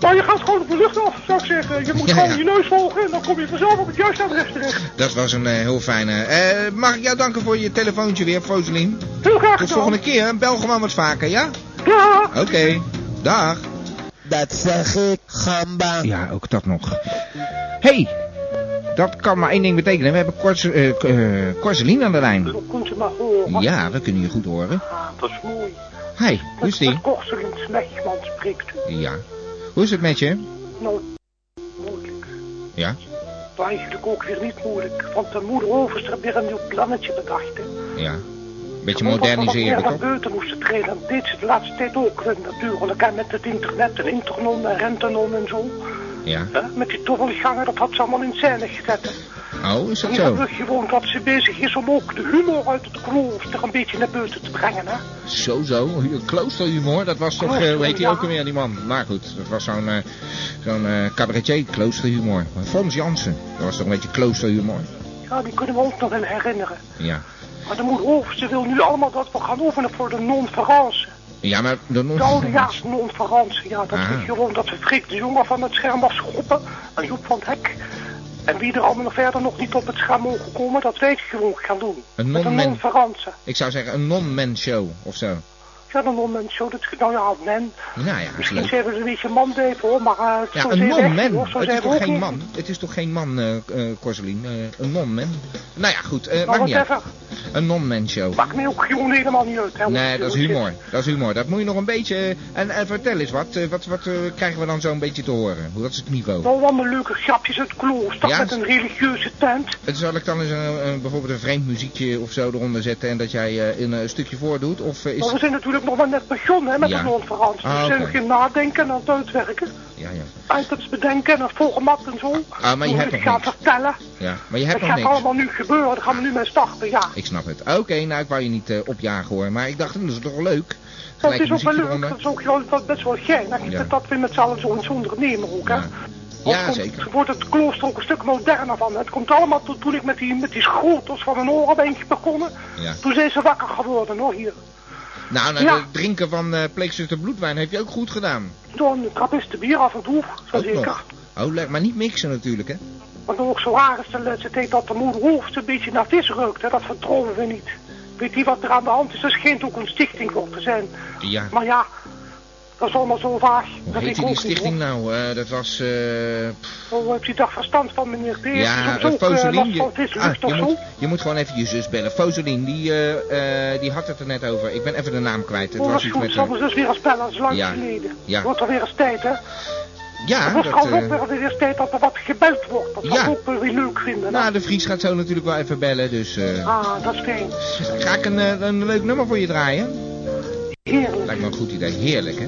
Speaker 11: Nou, je gaat gewoon op de lucht af, zou ik zeggen. Je moet
Speaker 2: Ja, ja.
Speaker 11: gewoon je neus volgen en dan kom je vanzelf op het juiste adres terecht.
Speaker 2: Dat was een eh, heel fijne. Eh, mag ik jou danken voor je telefoontje weer, Foselien?
Speaker 11: Heel graag
Speaker 2: Tot
Speaker 11: gedaan.
Speaker 2: volgende keer. hè? Bel gewoon wat vaker, ja?
Speaker 11: Dag.
Speaker 2: Oké. Dag.
Speaker 7: Dat zeg ik, gamba.
Speaker 2: Ja, ook dat nog. hey, dat kan maar één ding betekenen. We hebben Cors eh, K- eh, Corselien aan de lijn.
Speaker 11: Dan kunt u maar horen.
Speaker 2: Ja, we kunnen je goed horen.
Speaker 11: Dat is mooi.
Speaker 2: Hi, hoe is die?
Speaker 11: Dat Korselings Nijgman spreekt u.
Speaker 2: Ja. Hoe is het met je?
Speaker 11: Nou, moeilijk.
Speaker 2: Ja.
Speaker 11: Maar eigenlijk ook weer niet moeilijk. Want de moeder overste weer een nieuw plannetje bedacht. Hè.
Speaker 2: Ja. Beetje
Speaker 11: Gewoon wat-
Speaker 2: moderniseren,
Speaker 11: Wat er
Speaker 2: toch?
Speaker 11: buiten moesten treden, dat deed ze de laatste tijd ook eh, natuurlijk. En met het internet en internon en rentenon en zo.
Speaker 2: Ja.
Speaker 11: Hè? Met die dobbelgangen, dat had ze allemaal in scène gezet. hè.
Speaker 2: Oh, is dat
Speaker 11: En
Speaker 2: zo?
Speaker 11: gelukkig gewoon dat ze bezig is om ook de humor uit het klooster een beetje naar buiten te brengen. Hè?
Speaker 2: Zo, zo. Hu- Kloosterhumor, dat was toch, eh, hoe heet die ook alweer, die man? Maar goed, dat was zo'n eh, zo'n eh, cabaretier, kloosterhumor. Fons Jansen, dat was toch een beetje kloosterhumor?
Speaker 11: Ja, die kunnen we ons nog wel herinneren.
Speaker 2: Ja.
Speaker 11: Maar de moeder Hoofd, ze wil nu allemaal dat we gaan oefenen voor de non-verance.
Speaker 2: Ja, maar dan nog...
Speaker 11: De oudejaars non-verance. Ja, dat
Speaker 2: Ah.
Speaker 11: is gewoon dat ze Frik de jongen van het scherm afschoppen. En Joep van het Hek. En wie er allemaal nog verder nog niet op het scherm mogen komen, dat weet ik gewoon gaan doen.
Speaker 2: Een
Speaker 11: Met een
Speaker 2: non-men.
Speaker 11: non-verance.
Speaker 2: Ik zou zeggen een non-man show of zo.
Speaker 11: Ja, de non-men zo. Dat, nou ja, men.
Speaker 2: Nou ja, is
Speaker 11: Misschien
Speaker 2: leuk.
Speaker 11: zijn we een beetje mandeven hoor, maar eh, zo
Speaker 2: Ja,
Speaker 11: zijn
Speaker 2: een
Speaker 11: we echt niet,
Speaker 2: non-man.
Speaker 11: hoor. Zo
Speaker 2: Het is
Speaker 11: zijn we
Speaker 2: toch
Speaker 11: ook
Speaker 2: geen
Speaker 11: niet.
Speaker 2: man? Het is toch geen man, eh eh, Corselien? Eh, een non-man. Nou ja, goed. eh
Speaker 11: Maar
Speaker 2: maakt niet
Speaker 11: wat
Speaker 2: uit. Een non-man show.
Speaker 11: Maakt me ook gewoon helemaal niet uit. Hè, hoe
Speaker 2: Nee,
Speaker 11: het-
Speaker 2: dat is
Speaker 11: hoe het
Speaker 2: humor. Dat is humor. Dat moet je nog een beetje... eh, En, en vertel eens, wat, eh, wat, wat eh, krijgen we dan zo'n beetje te horen? Hoe- Wat is het niveau?
Speaker 11: Nou, allemaal leuke grapjes uit het klooster
Speaker 2: Ja?
Speaker 11: met een religieuze tent.
Speaker 2: Het Zal ik dan eens een, een- bijvoorbeeld een vreemd muziekje of zo eronder zetten en dat jij eh, in een stukje voordoet? Of eh, is
Speaker 11: Maar we zijn natuurlijk nog maar net begonnen hè, met
Speaker 2: Ja.
Speaker 11: de non-verance.
Speaker 2: Ah,
Speaker 11: we zijn
Speaker 2: oké.
Speaker 11: nog in nadenken en aan het uitwerken.
Speaker 2: Ja, ja.
Speaker 11: Items bedenken en het format en zo.
Speaker 2: Ah, maar je
Speaker 11: Hoe
Speaker 2: hebt
Speaker 11: ik
Speaker 2: nog
Speaker 11: ga
Speaker 2: niks.
Speaker 11: vertellen.
Speaker 2: Ja, maar je hebt
Speaker 11: dat
Speaker 2: nog
Speaker 11: gaat
Speaker 2: niks.
Speaker 11: allemaal nu gebeuren. Daar gaan we nu mee starten, ja.
Speaker 2: Ik snap het. Oké, nou ik wou je niet eh, opjagen hoor, maar ik dacht hmm, dat is toch wel leuk.
Speaker 11: Dat
Speaker 2: Gelijk
Speaker 11: is ook wel
Speaker 2: muziekje
Speaker 11: leuk.
Speaker 2: eronder.
Speaker 11: Dat is ook wel- dat is best wel gek. Dat,
Speaker 2: Ja.
Speaker 11: dat we met z'n allen zo eens ondernemen ook, hè. Want
Speaker 2: Ja,
Speaker 11: komt-
Speaker 2: zeker.
Speaker 11: wordt het klooster ook een stuk moderner van. Het komt allemaal tot toen ik met die, met die schotels van mijn orenbeentje begonnen.
Speaker 2: Ja.
Speaker 11: Toen zijn ze wakker geworden, hoor, hier.
Speaker 2: Nou, nou
Speaker 11: Ja.
Speaker 2: het drinken van eh pleegzuster bloedwijn heb je ook goed gedaan.
Speaker 11: Door een krapiste bier af en toe, zo
Speaker 2: Ook
Speaker 11: zeker.
Speaker 2: nog. Oh, leuk. Maar niet mixen natuurlijk, hè?
Speaker 11: Wat ook zo raar is, de laatste tijd dat de moeder hoofd een beetje naar vis ruikt. Hè? Dat vertrouwen we niet. Weet je wat er aan de hand is? Er schijnt ook een stichting voor te zijn.
Speaker 2: Ja.
Speaker 11: Maar ja, dat is allemaal zo vaag.
Speaker 2: Hoe
Speaker 11: dat
Speaker 2: heet
Speaker 11: ik
Speaker 2: die
Speaker 11: ook
Speaker 2: die stichting
Speaker 11: niet.
Speaker 2: nou? Eh, dat was... eh, pff,
Speaker 11: hoor. Hoe heb je daar verstand van, meneer Deers?
Speaker 2: ja,
Speaker 11: dat is
Speaker 2: eh,
Speaker 11: ook, eh,
Speaker 2: Foselien.
Speaker 11: last van
Speaker 2: Je,
Speaker 11: vislucht
Speaker 2: ah,
Speaker 11: of
Speaker 2: je,
Speaker 11: zo.
Speaker 2: moet, je moet gewoon even je zus bellen. Foselien, die, eh, eh, die had het er net over. Ik ben even de naam kwijt. Het
Speaker 11: Oh, dat
Speaker 2: was
Speaker 11: is
Speaker 2: iets
Speaker 11: goed.
Speaker 2: met...
Speaker 11: Zal
Speaker 2: eh,
Speaker 11: we dus weer eens bellen, dat is lang
Speaker 2: Ja.
Speaker 11: geleden.
Speaker 2: Ja.
Speaker 11: Wordt er weer eens tijd, hè?
Speaker 2: ja,
Speaker 11: het wordt
Speaker 2: dat...
Speaker 11: gewoon ook
Speaker 2: eh,
Speaker 11: weer- weer eens tijd dat er wat gebeld wordt. Dat
Speaker 2: Ja.
Speaker 11: zou ik ook wel weer leuk vinden. hè?
Speaker 2: nou, de Vries gaat zo natuurlijk wel even bellen, dus... eh,
Speaker 11: Ah, dat is fijn.
Speaker 2: Ga ik een, eh, een leuk nummer voor je draaien?
Speaker 11: Heerlijk.
Speaker 2: Lijkt me een goed idee. Heerlijk, hè?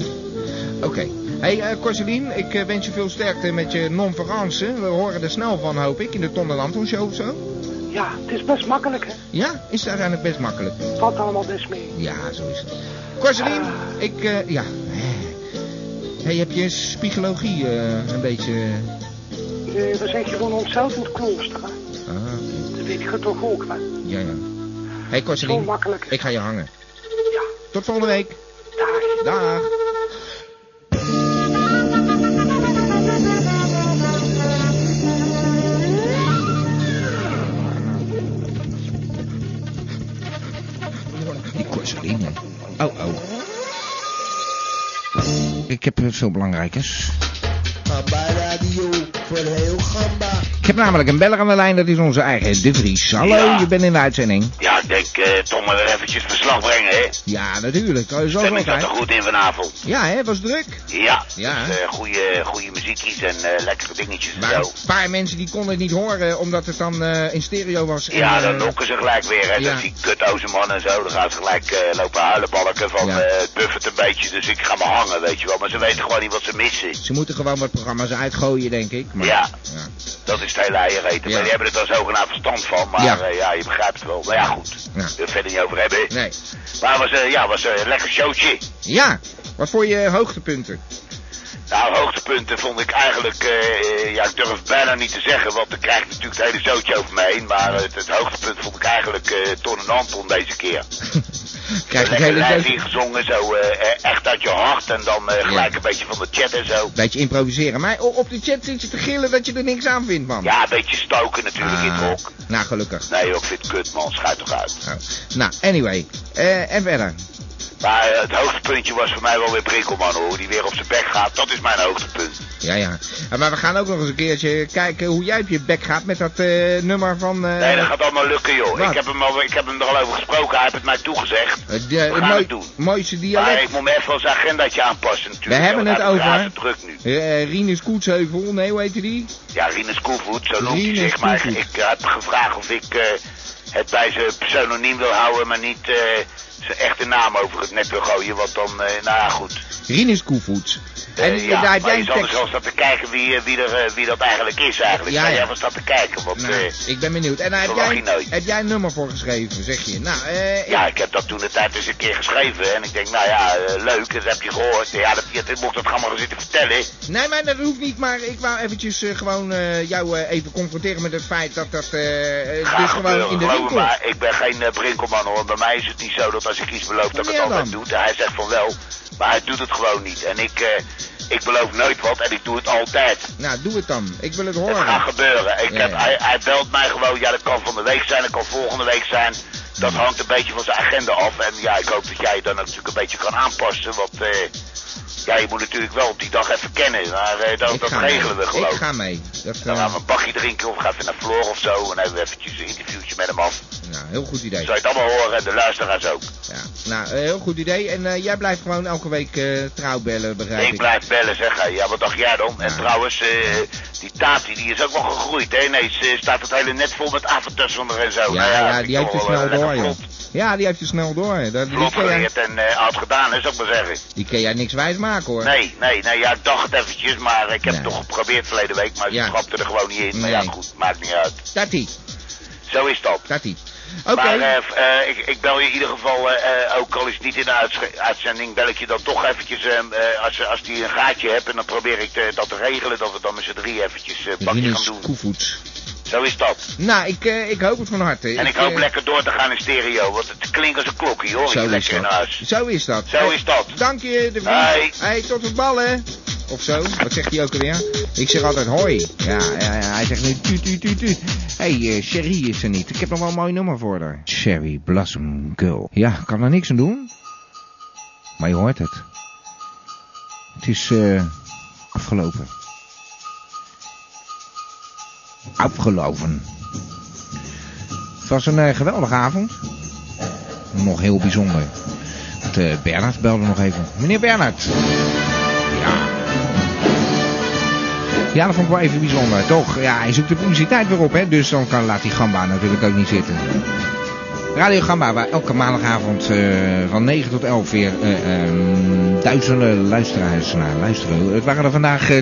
Speaker 2: Oké. hey, eh, Corselien, ik eh, wens je veel sterkte met je non-verance. We horen er snel van, hoop ik, in de Tom de Anton Show of zo.
Speaker 11: Ja, het is best makkelijk, hè?
Speaker 2: Ja, is daar eigenlijk best makkelijk.
Speaker 11: Het valt allemaal best mee.
Speaker 2: Ja, zo is het. Corselien, ik, eh, ja. hey, heb je psychologie eh, een beetje...
Speaker 11: Eh, We zijn gewoon onszelf in het klooster. hè.
Speaker 2: Ah,
Speaker 11: Dat weet je toch ook, hè?
Speaker 2: ja, ja. hey,
Speaker 11: Zo
Speaker 10: Oh,
Speaker 2: Corselien,
Speaker 11: makkelijk.
Speaker 2: ik ga je hangen. Tot volgende week. Dag. Die Corseline. Oh, oh. Ik heb eh, veel belangrijkers.
Speaker 4: Gamba Radio voor heel Gamba.
Speaker 2: Ik heb namelijk een beller aan de lijn, dat is onze eigen De Vries. Hallo,
Speaker 10: Ja.
Speaker 2: je bent in de uitzending.
Speaker 10: Ja, ik denk eh toch maar weer eventjes verslag brengen, hè?
Speaker 2: Ja, natuurlijk. eh, Zoals
Speaker 10: Stem ik dat er
Speaker 2: altijd.
Speaker 10: goed in vanavond?
Speaker 2: Ja, hè, was druk.
Speaker 10: Ja,
Speaker 2: Ja.
Speaker 10: dus, eh, goede, goede muziekjes en eh, lekkere dingetjes en
Speaker 2: Maar
Speaker 10: zo.
Speaker 2: een paar mensen die konden het niet horen, omdat het dan eh, in stereo was. en,
Speaker 10: Ja, dan
Speaker 2: eh,
Speaker 10: lokken ze gelijk weer, hè.
Speaker 2: ja.
Speaker 10: Dat die kutoze man en zo, dan gaan ze gelijk eh, lopen huilenbalken van
Speaker 2: Ja.
Speaker 10: eh het buffet een beetje, dus ik ga me hangen, weet je wel. Maar ze weten gewoon niet wat ze missen.
Speaker 2: Ze moeten gewoon wat programma's uitgooien, denk ik. Maar,
Speaker 10: Ja. Dat is het hele eiereten.
Speaker 2: Ja.
Speaker 10: Maar die hebben er dan zogenaamd verstand van. Maar
Speaker 2: Ja.
Speaker 10: ja, ja je begrijpt het wel. Maar ja, goed.
Speaker 2: Ja.
Speaker 10: Daar verder niet over hebben.
Speaker 2: Nee.
Speaker 10: Maar het was, eh, ja, was eh, een lekker showtje.
Speaker 2: Ja, wat voor je hoogtepunten?
Speaker 10: Nou, hoogtepunten vond ik eigenlijk... eh, eh, ja, ik durf bijna niet te zeggen. Want dan krijg ik natuurlijk het hele zootje over me heen. Maar eh, het, het hoogtepunt vond ik eigenlijk eh Ton en Anton deze keer.
Speaker 2: Krijg ik
Speaker 10: Lekker
Speaker 2: hele
Speaker 10: lijf
Speaker 2: een
Speaker 10: ingezongen. Zo eh, eh, echt uit je hart. En dan eh, gelijk een beetje van de chat en zo.
Speaker 2: beetje improviseren. Maar o- op de chat zit je te gillen dat je er niks aan vindt, man.
Speaker 10: Ja, een beetje stoken natuurlijk in het hok.
Speaker 2: Nou, gelukkig.
Speaker 10: Nee, joh, ik vind het kut, man. Schuit toch uit.
Speaker 2: Nou, anyway. Eh, en verder.
Speaker 10: Maar eh, het hoogtepuntje was voor mij wel weer Prikkelman, hoor. Die weer op zijn bek gaat, dat is mijn hoogtepunt.
Speaker 2: Ja, ja. Eh, Maar we gaan ook nog eens een keertje kijken hoe jij op je bek gaat met dat eh, nummer van... eh,
Speaker 10: Nee, dat gaat allemaal lukken, joh.
Speaker 2: wat?
Speaker 10: Ik heb, hem al, ik heb hem er al over gesproken, hij heeft het mij toegezegd.
Speaker 2: het, eh,
Speaker 10: We gaan
Speaker 2: het mooi-
Speaker 10: het doen.
Speaker 2: mooiste
Speaker 10: Maar
Speaker 2: dialect.
Speaker 10: ik moet me even als agendaatje aanpassen,
Speaker 2: We
Speaker 10: natuurlijk.
Speaker 2: hebben het
Speaker 10: Hij- Hij heeft
Speaker 2: over...
Speaker 10: het druk nu.
Speaker 2: eh Rinus Koetsheuvel, nee, hoe heette die?
Speaker 10: Ja, Rinus Koelvoet, zo noemt hij
Speaker 2: Rinus
Speaker 10: zich. Maar ik,
Speaker 2: Koelvoet.
Speaker 10: ik heb gevraagd of ik... eh, het bij zijn pseudoniem wil houden, maar niet eh, zijn echte naam over het net wil gooien. Want dan, eh, nou ja, goed.
Speaker 2: Rinus Koevoets.
Speaker 10: Eh,
Speaker 12: En,
Speaker 10: ja,
Speaker 12: eh, daar heb
Speaker 10: maar
Speaker 12: jij
Speaker 10: je
Speaker 12: een
Speaker 10: zal er
Speaker 12: tekst.
Speaker 10: wel staan te kijken wie, eh, wie, er, eh, wie dat eigenlijk is eigenlijk.
Speaker 2: Ja,
Speaker 10: Ja,
Speaker 2: ja.
Speaker 10: Jij was staan te kijken, want...
Speaker 2: Nou,
Speaker 10: eh,
Speaker 2: ik ben benieuwd. En daar heb
Speaker 10: dat
Speaker 2: jij,
Speaker 10: mag je nooit.
Speaker 2: heb jij een nummer voor geschreven, zeg je? Nou, eh,
Speaker 10: Ja, ik heb dat toen de tijd eens een keer geschreven. En ik denk, nou ja, eh, leuk, dat heb je gehoord. Ja, dat, je, dat mocht dat allemaal gaan zitten vertellen.
Speaker 2: Nee, maar dat hoeft niet, maar ik wou eventjes eh, gewoon eh, jou eh, even confronteren met het feit dat dat eh, eh,
Speaker 10: Ga
Speaker 2: dus
Speaker 10: gebeuren,
Speaker 2: gewoon in de
Speaker 10: geloof me
Speaker 2: winkel...
Speaker 10: maar, ik ben geen eh, brinkelman hoor. Bij mij is het niet zo dat als ik iets beloof dat ik het
Speaker 2: Wanneer
Speaker 10: altijd
Speaker 2: dan?
Speaker 10: doe. Hij zegt van wel, maar hij doet het gewoon niet. En ik, eh, ik beloof nooit wat en ik doe het altijd.
Speaker 2: Nou, doe het dan. Ik wil het
Speaker 10: Het
Speaker 2: horen.
Speaker 10: gaat gebeuren. Ik
Speaker 2: Ja,
Speaker 10: heb,
Speaker 2: ja.
Speaker 10: Hij, hij belt mij gewoon, ja dat kan van de week zijn, dat kan volgende week zijn. Dat hangt een beetje van zijn agenda af. En ja, ik hoop dat jij dan natuurlijk een beetje kan aanpassen. Want eh, ja, je moet natuurlijk wel op die dag even kennen. Maar eh, dat,
Speaker 2: Ik
Speaker 10: dat
Speaker 2: ga
Speaker 10: regelen
Speaker 2: mee.
Speaker 10: we gewoon.
Speaker 2: Ik ga mee. Dat, eh,
Speaker 10: Dan gaan we een bakje drinken of gaan we naar Floor of zo. En dan hebben we eventjes een interviewtje met hem af.
Speaker 2: nou, heel goed idee.
Speaker 10: Zou je het allemaal horen en de luisteraars ook.
Speaker 2: Nou, eh, heel goed idee. En eh, jij blijft gewoon elke week eh, trouw bellen, begrijp
Speaker 10: Ik
Speaker 2: ik.
Speaker 10: blijf bellen, zeg hij. Ja, wat dacht jij dan? En trouwens, eh, die Tati die is ook wel gegroeid. Hè? Ineens eh, staat het hele net vol met avatars onder en zo.
Speaker 2: Ja,
Speaker 10: Nou
Speaker 2: ja,
Speaker 10: vind ik
Speaker 2: die heeft je
Speaker 10: toch wel, eh,
Speaker 2: snel
Speaker 10: lekker
Speaker 2: door, joh.
Speaker 10: vlot-
Speaker 2: Ja, die heeft je snel door. hè. Dat, die,
Speaker 10: Vlot
Speaker 2: kun jij,
Speaker 10: geleerd en eh oud gedaan, hè, zou ik maar zeggen.
Speaker 2: die kun jij niks wijs maken, hoor.
Speaker 10: Nee, nee, nee, ja, ik dacht het eventjes, maar ik heb het toch geprobeerd verleden week, maar ze
Speaker 2: Ja.
Speaker 10: trapte er gewoon niet in. Maar
Speaker 2: Nee.
Speaker 10: ja, goed, maakt niet uit.
Speaker 2: Tati.
Speaker 10: Zo is dat.
Speaker 2: Tati. Oké.
Speaker 10: Maar eh, f- eh, ik, ik bel je in ieder geval, eh, eh, ook al is het niet in de uitz- uitzending, bel ik je dan toch eventjes, eh, eh, als, als die een gaatje hebt, en dan probeer ik te- dat te regelen, dat we dan met z'n drie eventjes eh bakje gaan
Speaker 2: Rinus
Speaker 10: doen.
Speaker 2: Koevoets.
Speaker 10: Zo is dat.
Speaker 2: Nou, ik, eh, ik hoop het van harte.
Speaker 10: En ik hoop
Speaker 2: eh,
Speaker 10: lekker door te gaan in stereo, want het klinkt als een klokje hoor,
Speaker 2: Zo
Speaker 10: hier
Speaker 2: is
Speaker 10: lekker in
Speaker 2: dat.
Speaker 10: huis.
Speaker 2: Zo is dat.
Speaker 10: Zo is dat.
Speaker 2: Dank je, de vriend.
Speaker 10: Hoi.
Speaker 2: Hey, tot de ballen. Of zo. Wat zegt hij ook alweer? Ik zeg altijd hoi. Ja, ja, ja, hij zegt nu tuut, tuut, tuut, tuut. Hé, hey, eh, Sherry is er niet. Ik heb nog wel een mooi nummer voor haar. Sherry Blossom Girl. Ja, kan er niks aan doen. Maar je hoort het. Het is eh, afgelopen. Afgelopen. Het was een eh, geweldige avond. Nog heel bijzonder. Want, eh, Bernard belde nog even. Meneer Bernard. Ja. Ja, dat vond ik wel even bijzonder, toch? Ja, hij zoekt de publiciteit weer op, hè? Dus dan kan, laat die gamba natuurlijk ook niet zitten. Radio Gamba, waar elke maandagavond eh, van 9 tot 11 weer eh, eh, duizenden luisteraars naar luisteren. Het waren er vandaag eh,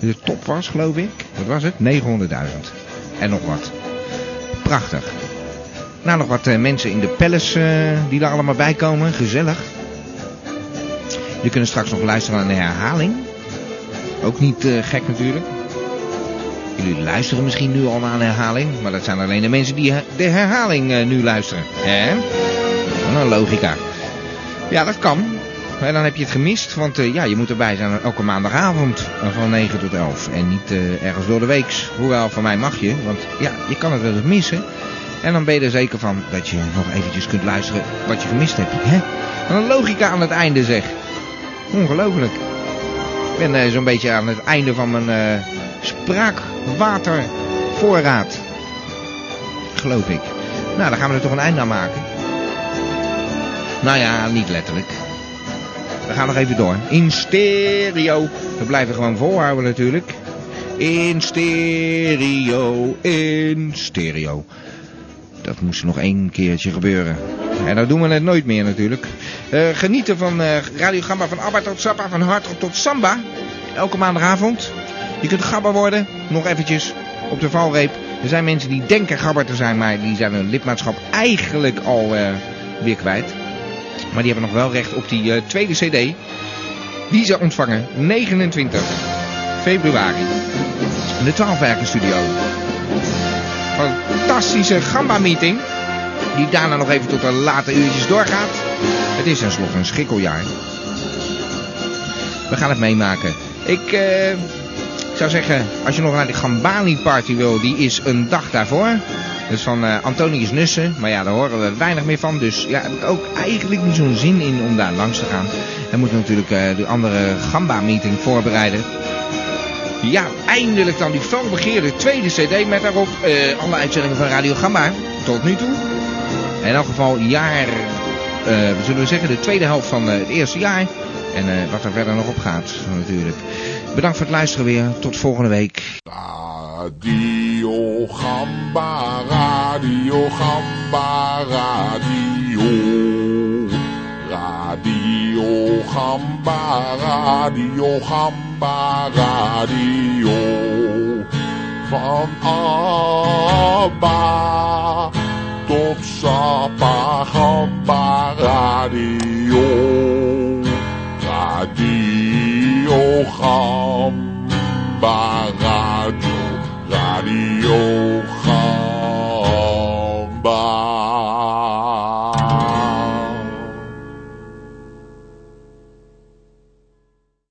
Speaker 2: de top was, geloof ik. Wat was het? 900.000. En nog wat. Prachtig. Nou, nog wat eh, mensen in de palace eh, die er allemaal bij komen. Gezellig. Jullie kunnen straks nog luisteren naar de herhaling. Ook niet eh, gek natuurlijk. Jullie luisteren misschien nu al naar een herhaling. Maar dat zijn alleen de mensen die he- de herhaling eh, nu luisteren. Hè? Wat een logica. Ja, dat kan. En dan heb je het gemist, want eh, ja, je moet erbij zijn elke maandagavond eh, van 9 tot 11. En niet eh, ergens door de weeks. Hoewel, van mij mag je, want ja, je kan het wel eens missen. En dan ben je er zeker van dat je nog eventjes kunt luisteren wat je gemist hebt. Hè? Wat een logica aan het einde zeg. Ongelooflijk. Ik ben eh, zo'n beetje aan het einde van mijn eh, spraakwatervoorraad. Geloof ik. Nou, dan gaan we er toch een einde aan maken. Nou ja, niet letterlijk. We gaan nog even door. In stereo. We blijven gewoon volhouden natuurlijk. In stereo. In stereo. Dat moest nog één keertje gebeuren. En dat doen we net nooit meer natuurlijk. Eh, genieten van eh Radio Gamba van Abba tot Sappa, van Hardrock tot Samba. Elke maandagavond. Je kunt gabber worden, nog eventjes, op de valreep. Er zijn mensen die denken gabber te zijn, maar die zijn hun lidmaatschap eigenlijk al eh, weer kwijt. Maar die hebben nog wel recht op die eh, tweede cd. Die ze ontvangen 29 februari. In de 12 Studio fantastische Gamba-meeting. Die daarna nog even tot de late uurtjes doorgaat. Het is tenslotte een schrikkeljaar. We gaan het meemaken. Ik eh, zou zeggen, als je nog naar de Gambani-party wil, die is een dag daarvoor. Dat is van eh, Antonius Nussen. Maar ja, daar horen we weinig meer van. Dus ja, heb ik ook eigenlijk niet zo'n zin in om daar langs te gaan. En moet natuurlijk eh, de andere Gamba-meeting voorbereiden. Ja, eindelijk dan die felbegeerde tweede cd met daarop eh, alle uitzendingen van Radio Gamma. Tot nu toe. In elk geval jaar, eh, zullen we zeggen, de tweede helft van eh, het eerste jaar. En eh, wat er verder nog op gaat natuurlijk. Bedankt voor het luisteren weer. Tot volgende week.
Speaker 13: Radio Radio Gamba, Radio Gamba, Radio. Radio Gamba, Radio Gamba, Radio. Van Abba tot Sapa Gamba, Radio. Radio Gamba.